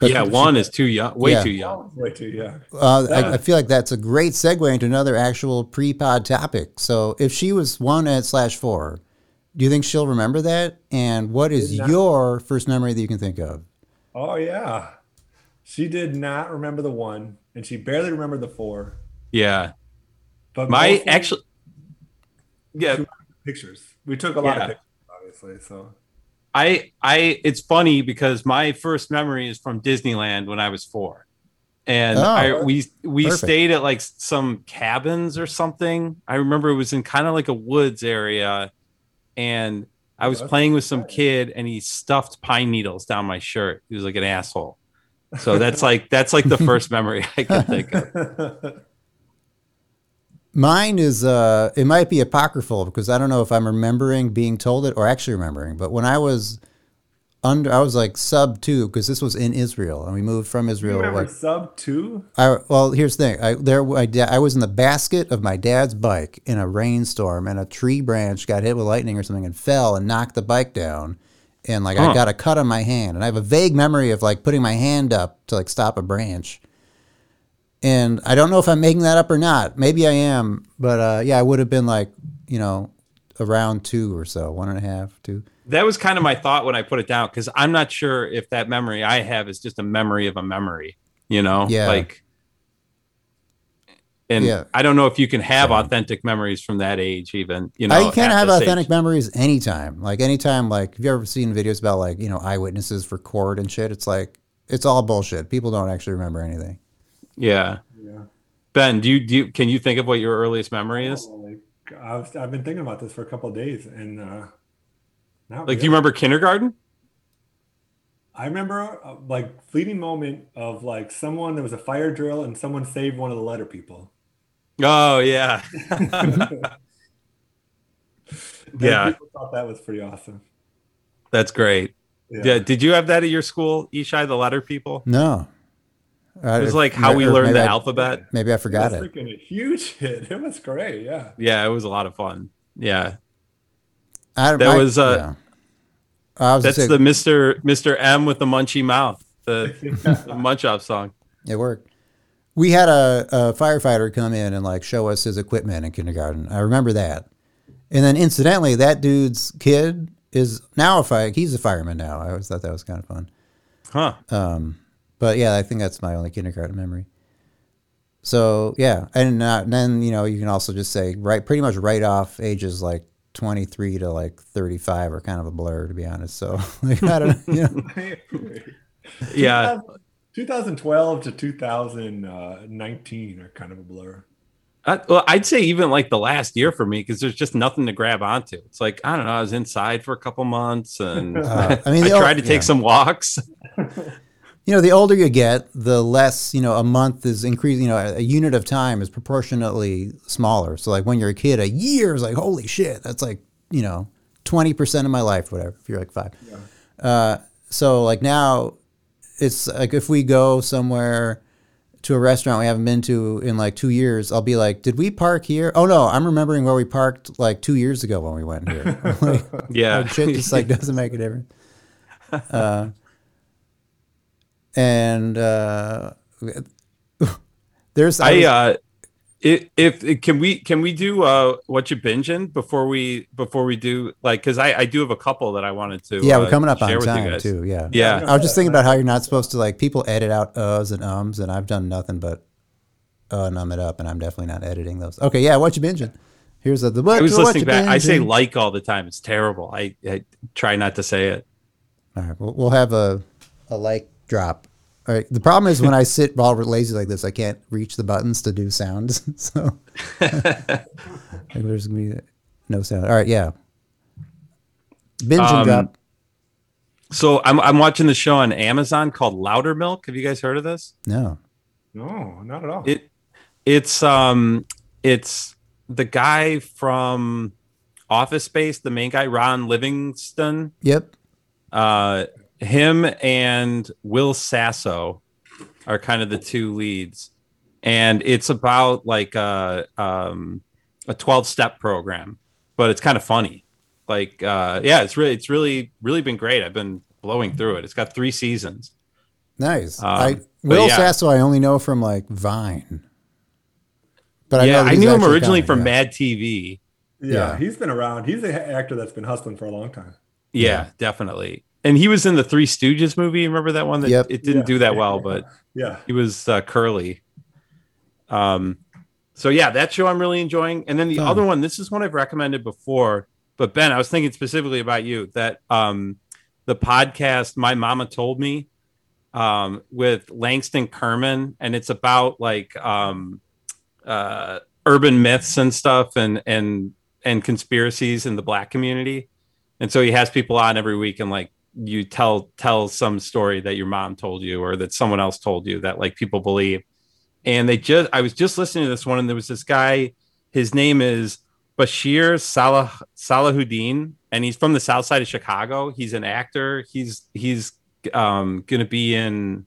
A: But-
C: yeah, one is too young, way
A: Yeah.
C: too young.
D: Way too, yeah.
A: Uh, I,
D: Yeah.
A: I feel like that's a great segue into another actual pre-pod topic. So, if she was one at slash four, do you think she'll remember that? And what is
D: Did not.
A: your first memory that you can think of?
D: Oh yeah, she did not remember the one, and she barely remembered the four.
C: Yeah.
D: But
C: My
D: mostly
C: actually Yeah,
D: pictures. We took a lot
C: Yeah.
D: of pictures, obviously. So
C: I I it's funny because my first memory is from Disneyland when I was four. And
A: Oh.
C: I we we
A: Perfect.
C: stayed at like some cabins or something. I remember it was in kind of like a woods area and I was
D: That's
C: playing with some
D: exciting.
C: kid and he stuffed pine needles down my shirt. He was like an asshole. So that's like that's like the first memory I can think of.
A: Mine is uh it might be apocryphal because I don't know if I'm remembering being told it or actually remembering, but when I was under I was like sub 2 because this was in Israel and we moved from Israel
D: You remember
A: like
D: sub two?
A: I well, here's the thing. I there I, da- I was in the basket of my dad's bike in a rainstorm and a tree branch got hit with lightning or something and fell and knocked the bike down and like I
C: Huh.
A: got a cut on my hand and I have a vague memory of like putting my hand up to like stop a branch. And I don't know if I'm making that up or not. Maybe I am, but uh, yeah, I would have been like, you know, around two or so, one and a half, two.
C: That was kind of my thought when I put it down because I'm not sure if that memory I have is just a memory of a memory, you know?
A: Yeah.
C: Like, and
A: Yeah.
C: I don't know if you can have
A: Same.
C: authentic memories from that age, even. You
A: I
C: know,
A: can
C: at
A: have
C: this
A: authentic
C: age.
A: memories anytime. Like anytime, like have you ever seen videos about like, you know, eyewitnesses for court and shit? It's like it's all bullshit. People don't actually remember anything.
C: Yeah,
D: Yeah.
C: Ben, do you do? You, can you think of what your earliest memory is?
D: Oh, Like, I've, I've been thinking about this for a couple of days and uh, not
C: Like,
D: really.
C: do you remember kindergarten?
D: I remember uh, like fleeting moment of like someone there was a fire drill and someone saved one of the letter people.
C: Oh yeah,
D: And
C: Yeah.
D: people thought that was pretty awesome.
C: that's great.
D: Yeah,
C: Yeah. Did you have that at your school, Ishai? The letter people.
A: No.
C: It was like how we learned the alphabet.
A: Maybe I forgot
D: it was
A: it.
D: freaking a huge hit. It was great. Yeah,
C: Yeah, it was a lot of fun. Yeah,
A: I,
C: That
A: I-
C: was, uh,
A: yeah. I was
C: that's
A: gonna
C: the Mister Mister M with the munchy mouth, the, the munch off song.
A: say, it worked. We had a, a firefighter come in and like show us his equipment in kindergarten. I remember that. And then incidentally, that dude's kid is now a fire. He's a fireman now. I always thought that was kind of fun.
C: Huh?
A: Um, but yeah, I think that's my only kindergarten memory. So yeah, and, uh, and then you know you can also just say right, pretty much right off ages like twenty three to like thirty five are kind of a blur to be honest. So like, I don't, you know,
C: Yeah.
D: 2012 to 2019 are kind of a blur.
C: I, well, I'd say even like the last year for me because there's just nothing to grab onto. It's like I don't know. I was inside for a couple months and
A: Uh, I
C: I
A: mean, the ol-
C: tried to take
A: yeah.
C: some walks.
A: you know the older you get, the less you know. A month is increasing. You know, a, a unit of time is proportionately smaller. So like when you're a kid, a year is like holy shit. That's like you know twenty percent of my life, whatever. If you're like five, uh, so like now it's like if we go somewhere to a restaurant we haven't been to in like two years, I'll be like, did we park here? Oh no, I'm remembering where we parked like two years ago when we went here. like,
C: Yeah.
A: shit just like doesn't make a difference. Uh, and uh, there's
C: I
A: was-
C: uh, i- if, if can we can we do uh what you binging before we before we do like because I I do have a couple that I wanted to
A: yeah,
C: uh,
A: we're coming up
C: share
A: on
C: with you
A: time
C: guys.
A: too. Yeah.
C: Yeah.
A: I was just thinking about how you're not supposed to like people edit out uhs and ums, and I've done nothing but uh and um it up, and I'm definitely not editing those. Okay, yeah, what you binging? Here's the, the what,
C: I was
A: what
C: listening
A: you
C: back. I say
A: binging?
C: like all the time. It's terrible. I, I try not to say it.
A: All right, we'll, we'll have a a like drop. All right. The problem is when I sit all lazy like this, I can't reach the buttons to do sounds. so like, there's gonna be no sound. All right, yeah. Binge and
C: Um,
A: drop.
C: So I'm I'm watching the show on Amazon called Louder Milk. Have you guys heard of this?
A: No.
D: No, not at all.
C: It- It's um it's the guy from Office Space, the main guy Ron Livingston.
A: Yep.
C: uh him and will sasso are kind of the two leads and it's about like a um a 12 step program but it's kind of funny like uh yeah it's really it's really really been great i've been blowing through it it's got three seasons
A: Nice.
C: Um,
A: I
C: but
A: Will
C: yeah.
A: Sasso I only know from like Vine. But
C: yeah
A: that
C: i
A: he's
C: knew him
A: actually
C: originally
A: coming,
C: from
A: yeah.
C: mad tv
D: yeah,
A: yeah.
D: he's been around. He's an actor that's been hustling for a long time.
C: yeah,
A: Yeah.
C: definitely and he was in the three stooges movie remember that one that
A: Yep.
C: it didn't
D: Yeah.
C: do that well but
D: Yeah,
C: he was uh, curly um so yeah that show i'm really enjoying and then the
A: Fun.
C: other one this is one i've recommended before but ben i was thinking specifically about you that um the podcast my mama told me um with langston kerman and it's about like um uh urban myths and stuff and and and conspiracies in the black community and so he has people on every week and like you tell tell some story that your mom told you or that someone else told you that like people believe and they just i was just listening to this one and there was this guy His name is Bashir Salah Salahuddin, and he's from the South Side of Chicago. He's an actor. He's he's um, going to be in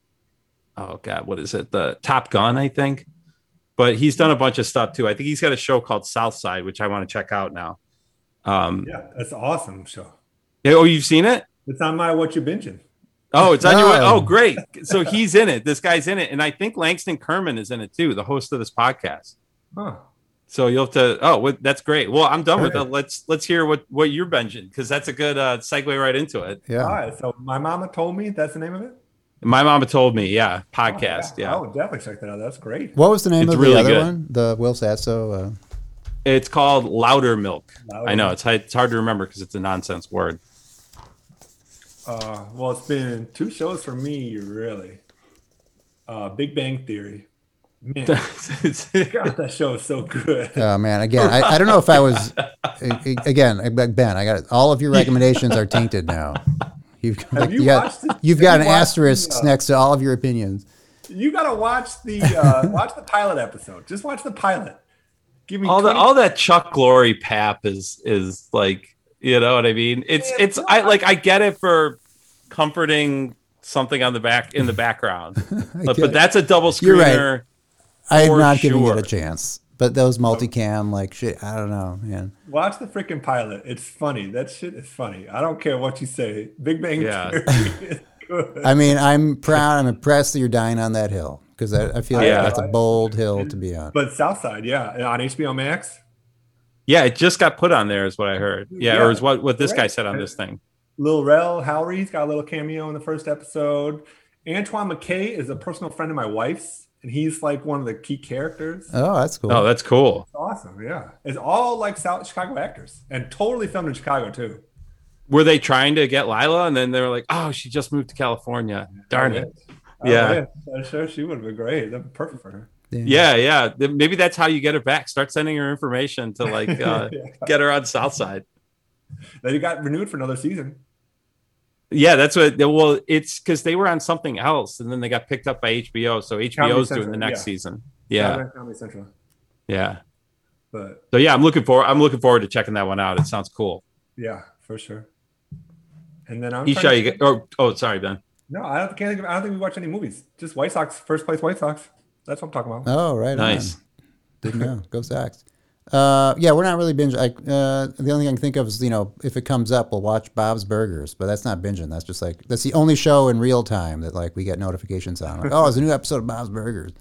C: oh god, what is it? The Top Gun, I think. But he's done a bunch of stuff too. I think he's got a show called South Side, which I want to check out now. Um,
D: Yeah, that's an awesome show.
C: Oh, you've seen it?
D: It's on my what you binging.
C: Oh, it's on your.
A: No.
C: Oh, great. So he's in it. This guy's in it, and I think Langston Kerman is in it too, the host of this podcast.
D: Huh.
C: So you'll have to. Oh, what, that's great. Well, I'm done with it. Let's let's hear what what you're binging because that's a good uh, segue right into it.
D: All
A: Yeah.
D: right. So my mama told me that's the name of it.
C: My mama told me, yeah, podcast, yeah.
D: I would definitely check that out. That's great.
A: What was the name
C: It's
A: of
C: really
A: the other
C: good.
A: one? The Will Sasso. Uh,
C: It's called Louder Milk.
D: Louder
C: I know
D: Milk.
C: it's it's hard to remember because it's a nonsense word.
D: Uh, well, it's been two shows for me, really. Uh, Big Bang Theory. Man, God, that show is so good.
A: oh man, again, I, I don't know if I was. I- I- again, I- Ben, I got it. All of your recommendations are tainted now. You've
D: Have you
A: got,
D: watched it?
A: you've
D: Have
A: got
D: you
A: an
D: watched
A: asterisk
D: the, uh,
A: next to all of your opinions.
D: You gotta watch the uh, watch the pilot episode. Just watch the pilot. Give me
C: all the
D: 20
C: all that Chuck Glory pap is is like you know what I mean. It's
D: Yeah,
C: it's I like I get it for comforting something on the back in the background, but,
A: get it.
C: but that's a double
A: You're right.
C: screener.
A: I am
C: for
A: not giving
C: sure.
A: it a chance. But those
D: Oh.
A: multicam like shit, I don't know, man.
D: Watch the freaking pilot. It's funny. That shit is funny. I don't care what you say. Big Bang
C: Yeah.
D: Theory is good.
A: I mean, I'm proud. I'm impressed that you're dying on that hill because I, I feel like
C: Yeah.
A: that's a bold hill to be on.
D: But Southside, yeah, and on HBO Max.
C: Yeah, it just got put on there, is what I heard. Yeah, or
D: Yeah,
C: is what what this guy
D: right.
C: said on this thing.
D: Lil Rel Howery, he's got a little cameo in the first episode. Antoine McKay is a personal friend of my wife's, and he's like one of the key characters. It's
A: Oh, that's cool.
C: Oh, that's cool.
D: awesome, yeah. It's all like South Chicago actors, and totally filmed in Chicago too.
C: Were they trying to get Lila, and then they were like, "Oh, she just moved to California. Darn it."
D: I
C: Yeah.
D: wish. Oh, I'm sure she would have been great. That'd be perfect for her.
C: Yeah, yeah. Th- Maybe that's how you get her back. Start sending her information to like uh,
D: Yeah.
C: get her on Southside.
D: Then he got renewed for another season.
C: Yeah, that's what. Well, it's because they were on something else, and then they got picked up by HBO. So HBO's doing
D: Central,
C: the next
D: yeah.
C: season. Yeah,
D: Comedy Central.
C: yeah.
D: But
C: So yeah, I'm looking for. I'm looking forward to checking that one out. It sounds cool.
D: yeah, for sure. And then I'm
C: Isha,
D: trying-
C: you get, or oh, sorry, Ben.
D: No, I don't, can't think of, I don't think we watch any movies. Just White Sox, first place White Sox. That's what I'm talking about.
A: Oh, right.
C: Nice.
A: On. Didn't know. Go Sox. Uh, yeah, we're not really binging. I, uh, the only thing I can think of is you know if it comes up, we'll watch Bob's Burgers, but that's not binging. That's just like that's the only show in real time that like we get notifications on. Like, oh, it's a new episode of Bob's Burgers.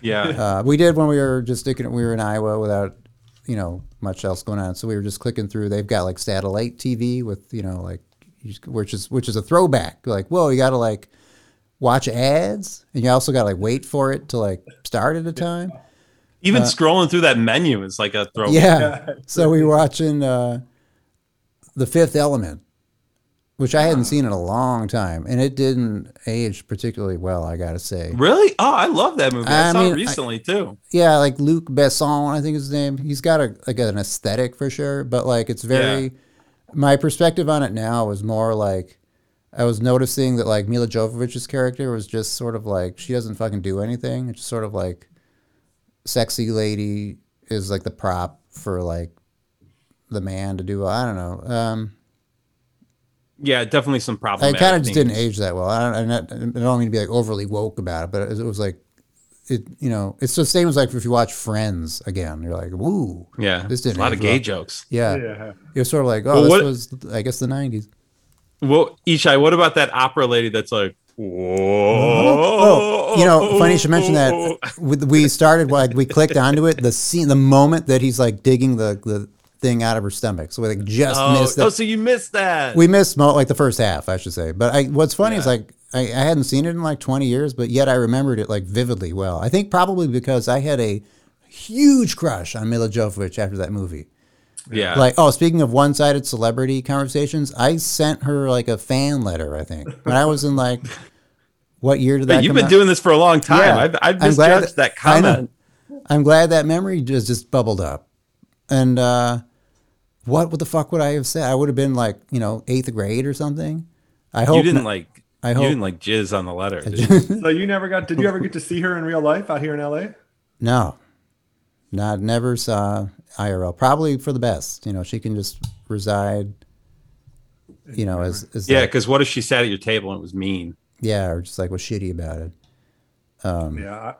C: Yeah,
A: Uh, we did when we were just sticking. We were in Iowa without you know much else going on, so we were just clicking through. They've got like satellite TV with you know like you just- which is which is a throwback. Like whoa, you got to like watch ads, and you also got to like wait for it to like start at a time.
C: even scrolling through that menu is like a throwback.
A: Yeah. So we were watching uh, The Fifth Element, which I hadn't seen in a long time, and it didn't age particularly well, I gotta say.
C: Really? Oh, I love that movie. I,
A: I
C: saw
A: mean, I-
C: it recently too.
A: Yeah, like Luc Besson, I think is his name. He's got a like an aesthetic for sure, but like it's very.
C: Yeah.
A: My perspective on it now was more like. I was noticing that like Mila Jovovich's character was just sort of like she doesn't fucking do anything. It's just sort of like sexy lady is like the prop for like the man to do. I don't know. Um,
C: Yeah, definitely some
A: I
C: problematic.
A: kind of just
C: themes.
A: didn't age that well. I don't, I'm not, I don't mean to be like overly woke about it, but it was like, it you know, it's the same as like if you watch Friends again, you're like, woo,
C: Yeah,
A: This didn't
C: a lot of
A: age
C: gay
A: well.
C: jokes.
A: yeah.
D: Yeah.
A: It was sort of like, oh,
C: Well,
A: this
C: what-
A: was, I guess, the '90s.
C: Well, Ishai, what about that opera lady that's like,
A: Oh,
C: whoa?
A: you know, funny you should mention that. With- We started like we clicked onto it the scene, the moment that he's like digging the the thing out of her stomach. So we like just
C: Oh,
A: missed that.
C: oh, so you missed that.
A: we missed mo- like the first half, I should say. But I, what's funny is like I, I hadn't seen it in like 20 years, but yet I remembered it like vividly well. I think probably because I had a huge crush on Mila Jovovich after that movie.
C: yeah.
A: Like, oh, speaking of one-sided celebrity conversations, I sent her like a fan letter. I think when I was in like, what year did that?
C: But you've
A: come
C: been
A: out?
C: doing this for a long time.
A: Yeah.
C: I've, I've
A: I'm glad
C: misjudged that,
A: I know.
C: comment.
A: I'm glad that memory just just bubbled up. And uh, what what the fuck would I have said? I would have been like you know eighth grade or something. I hope
C: You didn't
A: not-
C: like.
A: I
C: You
A: hope-
C: didn't like jizz on the letter. did you?
D: So you never got? Did you ever get to see her in real life out here in LA?
A: No, not never saw IRL, probably for the best. You know, she can just reside. You know, as, as
C: Yeah,
A: that-
C: because what if she sat at your table and it was mean?
A: yeah, or just like was shitty about it. Um,
D: Yeah,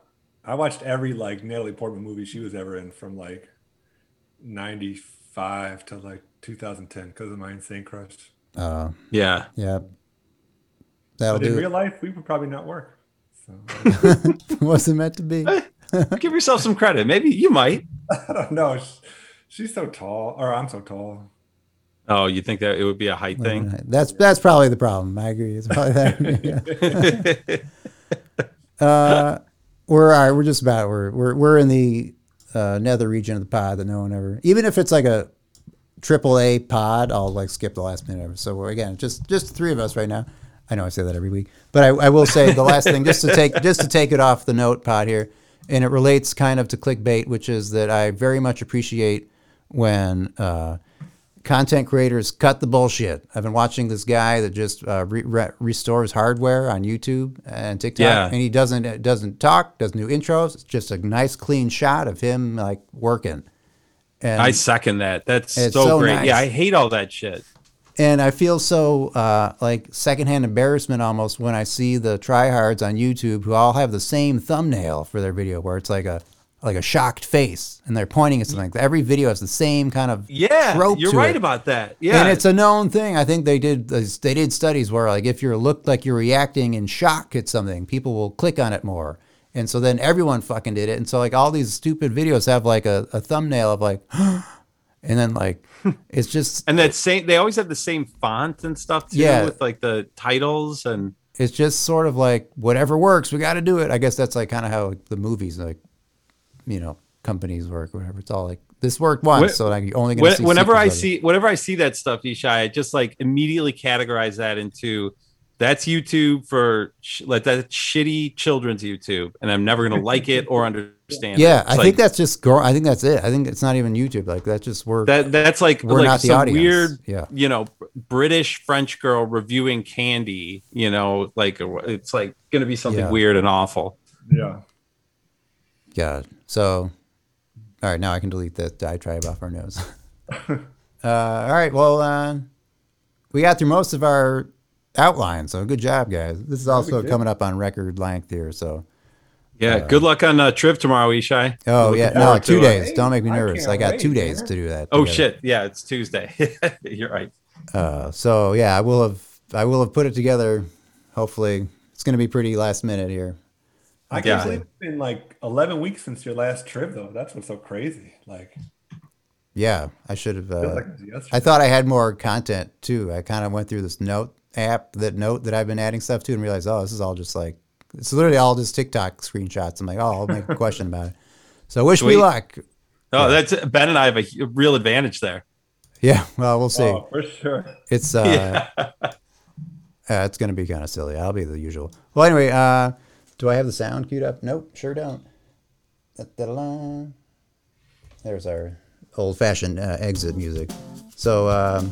D: I, I watched every like Natalie Portman movie she was ever in from like '95 to like 2010 because of my insane crush.
A: uh,
C: Yeah.
A: yeah, that'll
D: But in
A: do.
D: real
A: It.
D: life, we would probably not work. So
A: Wasn't meant to be.
C: Give yourself some credit. Maybe you might.
D: I don't know. She, she's so tall, or I'm so tall.
C: Oh, you think that it would be a height thing?
A: That's that's probably the problem. I agree. It's probably that. yeah. uh, we're all right, we're just about we're we're we're in the uh, nether region of the pod that no one ever even if it's like a triple A pod, I'll like skip the last minute of it. So we're, again, just just the three of us right now. I know I say that every week, but I, I will say the last thing just to take just to take it off the note pod here, and it relates kind of to clickbait, which is that I very much appreciate when uh, content creators cut the bullshit. I've been watching this guy that just uh, re- re- restores hardware on YouTube and TikTok,
C: Yeah.
A: and he doesn't uh, doesn't talk, doesn't do intros. It's just a nice clean shot of him like working. And
C: I second that. That's so,
A: It's so
C: great.
A: nice.
C: Yeah, I hate all that shit.
A: and I feel so uh, like secondhand embarrassment almost when I see the tryhards on YouTube who all have the same thumbnail for their video where it's like a like a shocked face and they're pointing at something. Every video has the same kind of
C: Yeah,
A: trope
C: you're
A: to
C: right
A: it.
C: about that. Yeah,
A: And it's a known thing. I think they did they did studies where like if you looked like you're reacting in shock at something, people will click on it more. And so then everyone fucking did it. And so like all these stupid videos have like a, a thumbnail of like and then like it's just
C: and that same. They always have the same font and stuff too,
A: Yeah.
C: with like the titles and
A: it's just sort of like whatever works, we got to do it. I guess that's like kind of how like, the movies, like you know, companies work, or whatever. It's all like this worked once,
C: When-
A: so like you're only gonna
C: when,
A: see
C: whenever
A: sequels
C: I
A: of it.
C: see whenever I see that stuff, Yeshai, I just like immediately categorize that into that's YouTube for sh- like that shitty children's YouTube, and I'm never gonna like it or understand.
A: Yeah,
C: it.
A: I
C: It's
A: think
C: like,
A: that's just. Gor- I think that's it. I think it's not even YouTube. Like that's just we're
C: that that's like
A: we're
C: like
A: not the
C: some
A: audience.
C: weird
A: yeah,
C: you know british french girl reviewing candy you know like it's like gonna be something
A: Yeah.
C: weird and awful
D: Yeah,
A: yeah. So, all right, now I can delete the diatribe off our nose. uh, all right, well, uh, we got through most of our outline, so good job, guys. This is also
D: good.
A: coming up on record length here, so.
C: yeah good luck on uh trip tomorrow ishai
A: Oh
C: Looking
A: yeah, no,
C: forward
A: two
C: to it.
A: days. Don't make me
D: I
A: nervous. I,
D: can't
A: got
D: wait,
A: two days
D: man.
A: to do that.
C: oh
A: together.
C: shit yeah it's tuesday you're right
A: Uh, so yeah, I will have I will have put it together. Hopefully, it's going to be pretty last minute here.
D: I can't
C: Yeah.
D: believe it's been like 11 weeks since your last trip, though. That's what's so crazy. Like,
A: Yeah, I should have.
D: feels
A: Uh,
D: like it was yesterday.
A: I thought I had more content too. I kind of went through this note app, that note that I've been adding stuff to, and realized, oh, this is all just like it's literally all just TikTok screenshots. I'm like, oh, I'll make a question about it. So wish me
C: Sweet.
A: luck.
C: oh that's ben and i have a hu- real advantage there
A: Yeah, well, we'll see.
D: oh, for sure.
A: It's uh, uh, it's gonna be kind of silly. I'll be the usual. Well, anyway, uh, do I have the sound queued up? Nope, sure don't. Da-da-da-da. There's our old-fashioned uh, exit music. So um,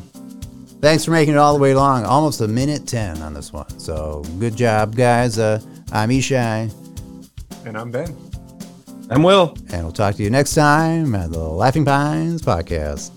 A: thanks for making it all the way long, almost a minute ten on this one. So good job, guys. Uh, I'm Ishai,
D: And I'm Ben.
C: i'm will
A: and we'll talk to you next time at the Laughing Pines podcast.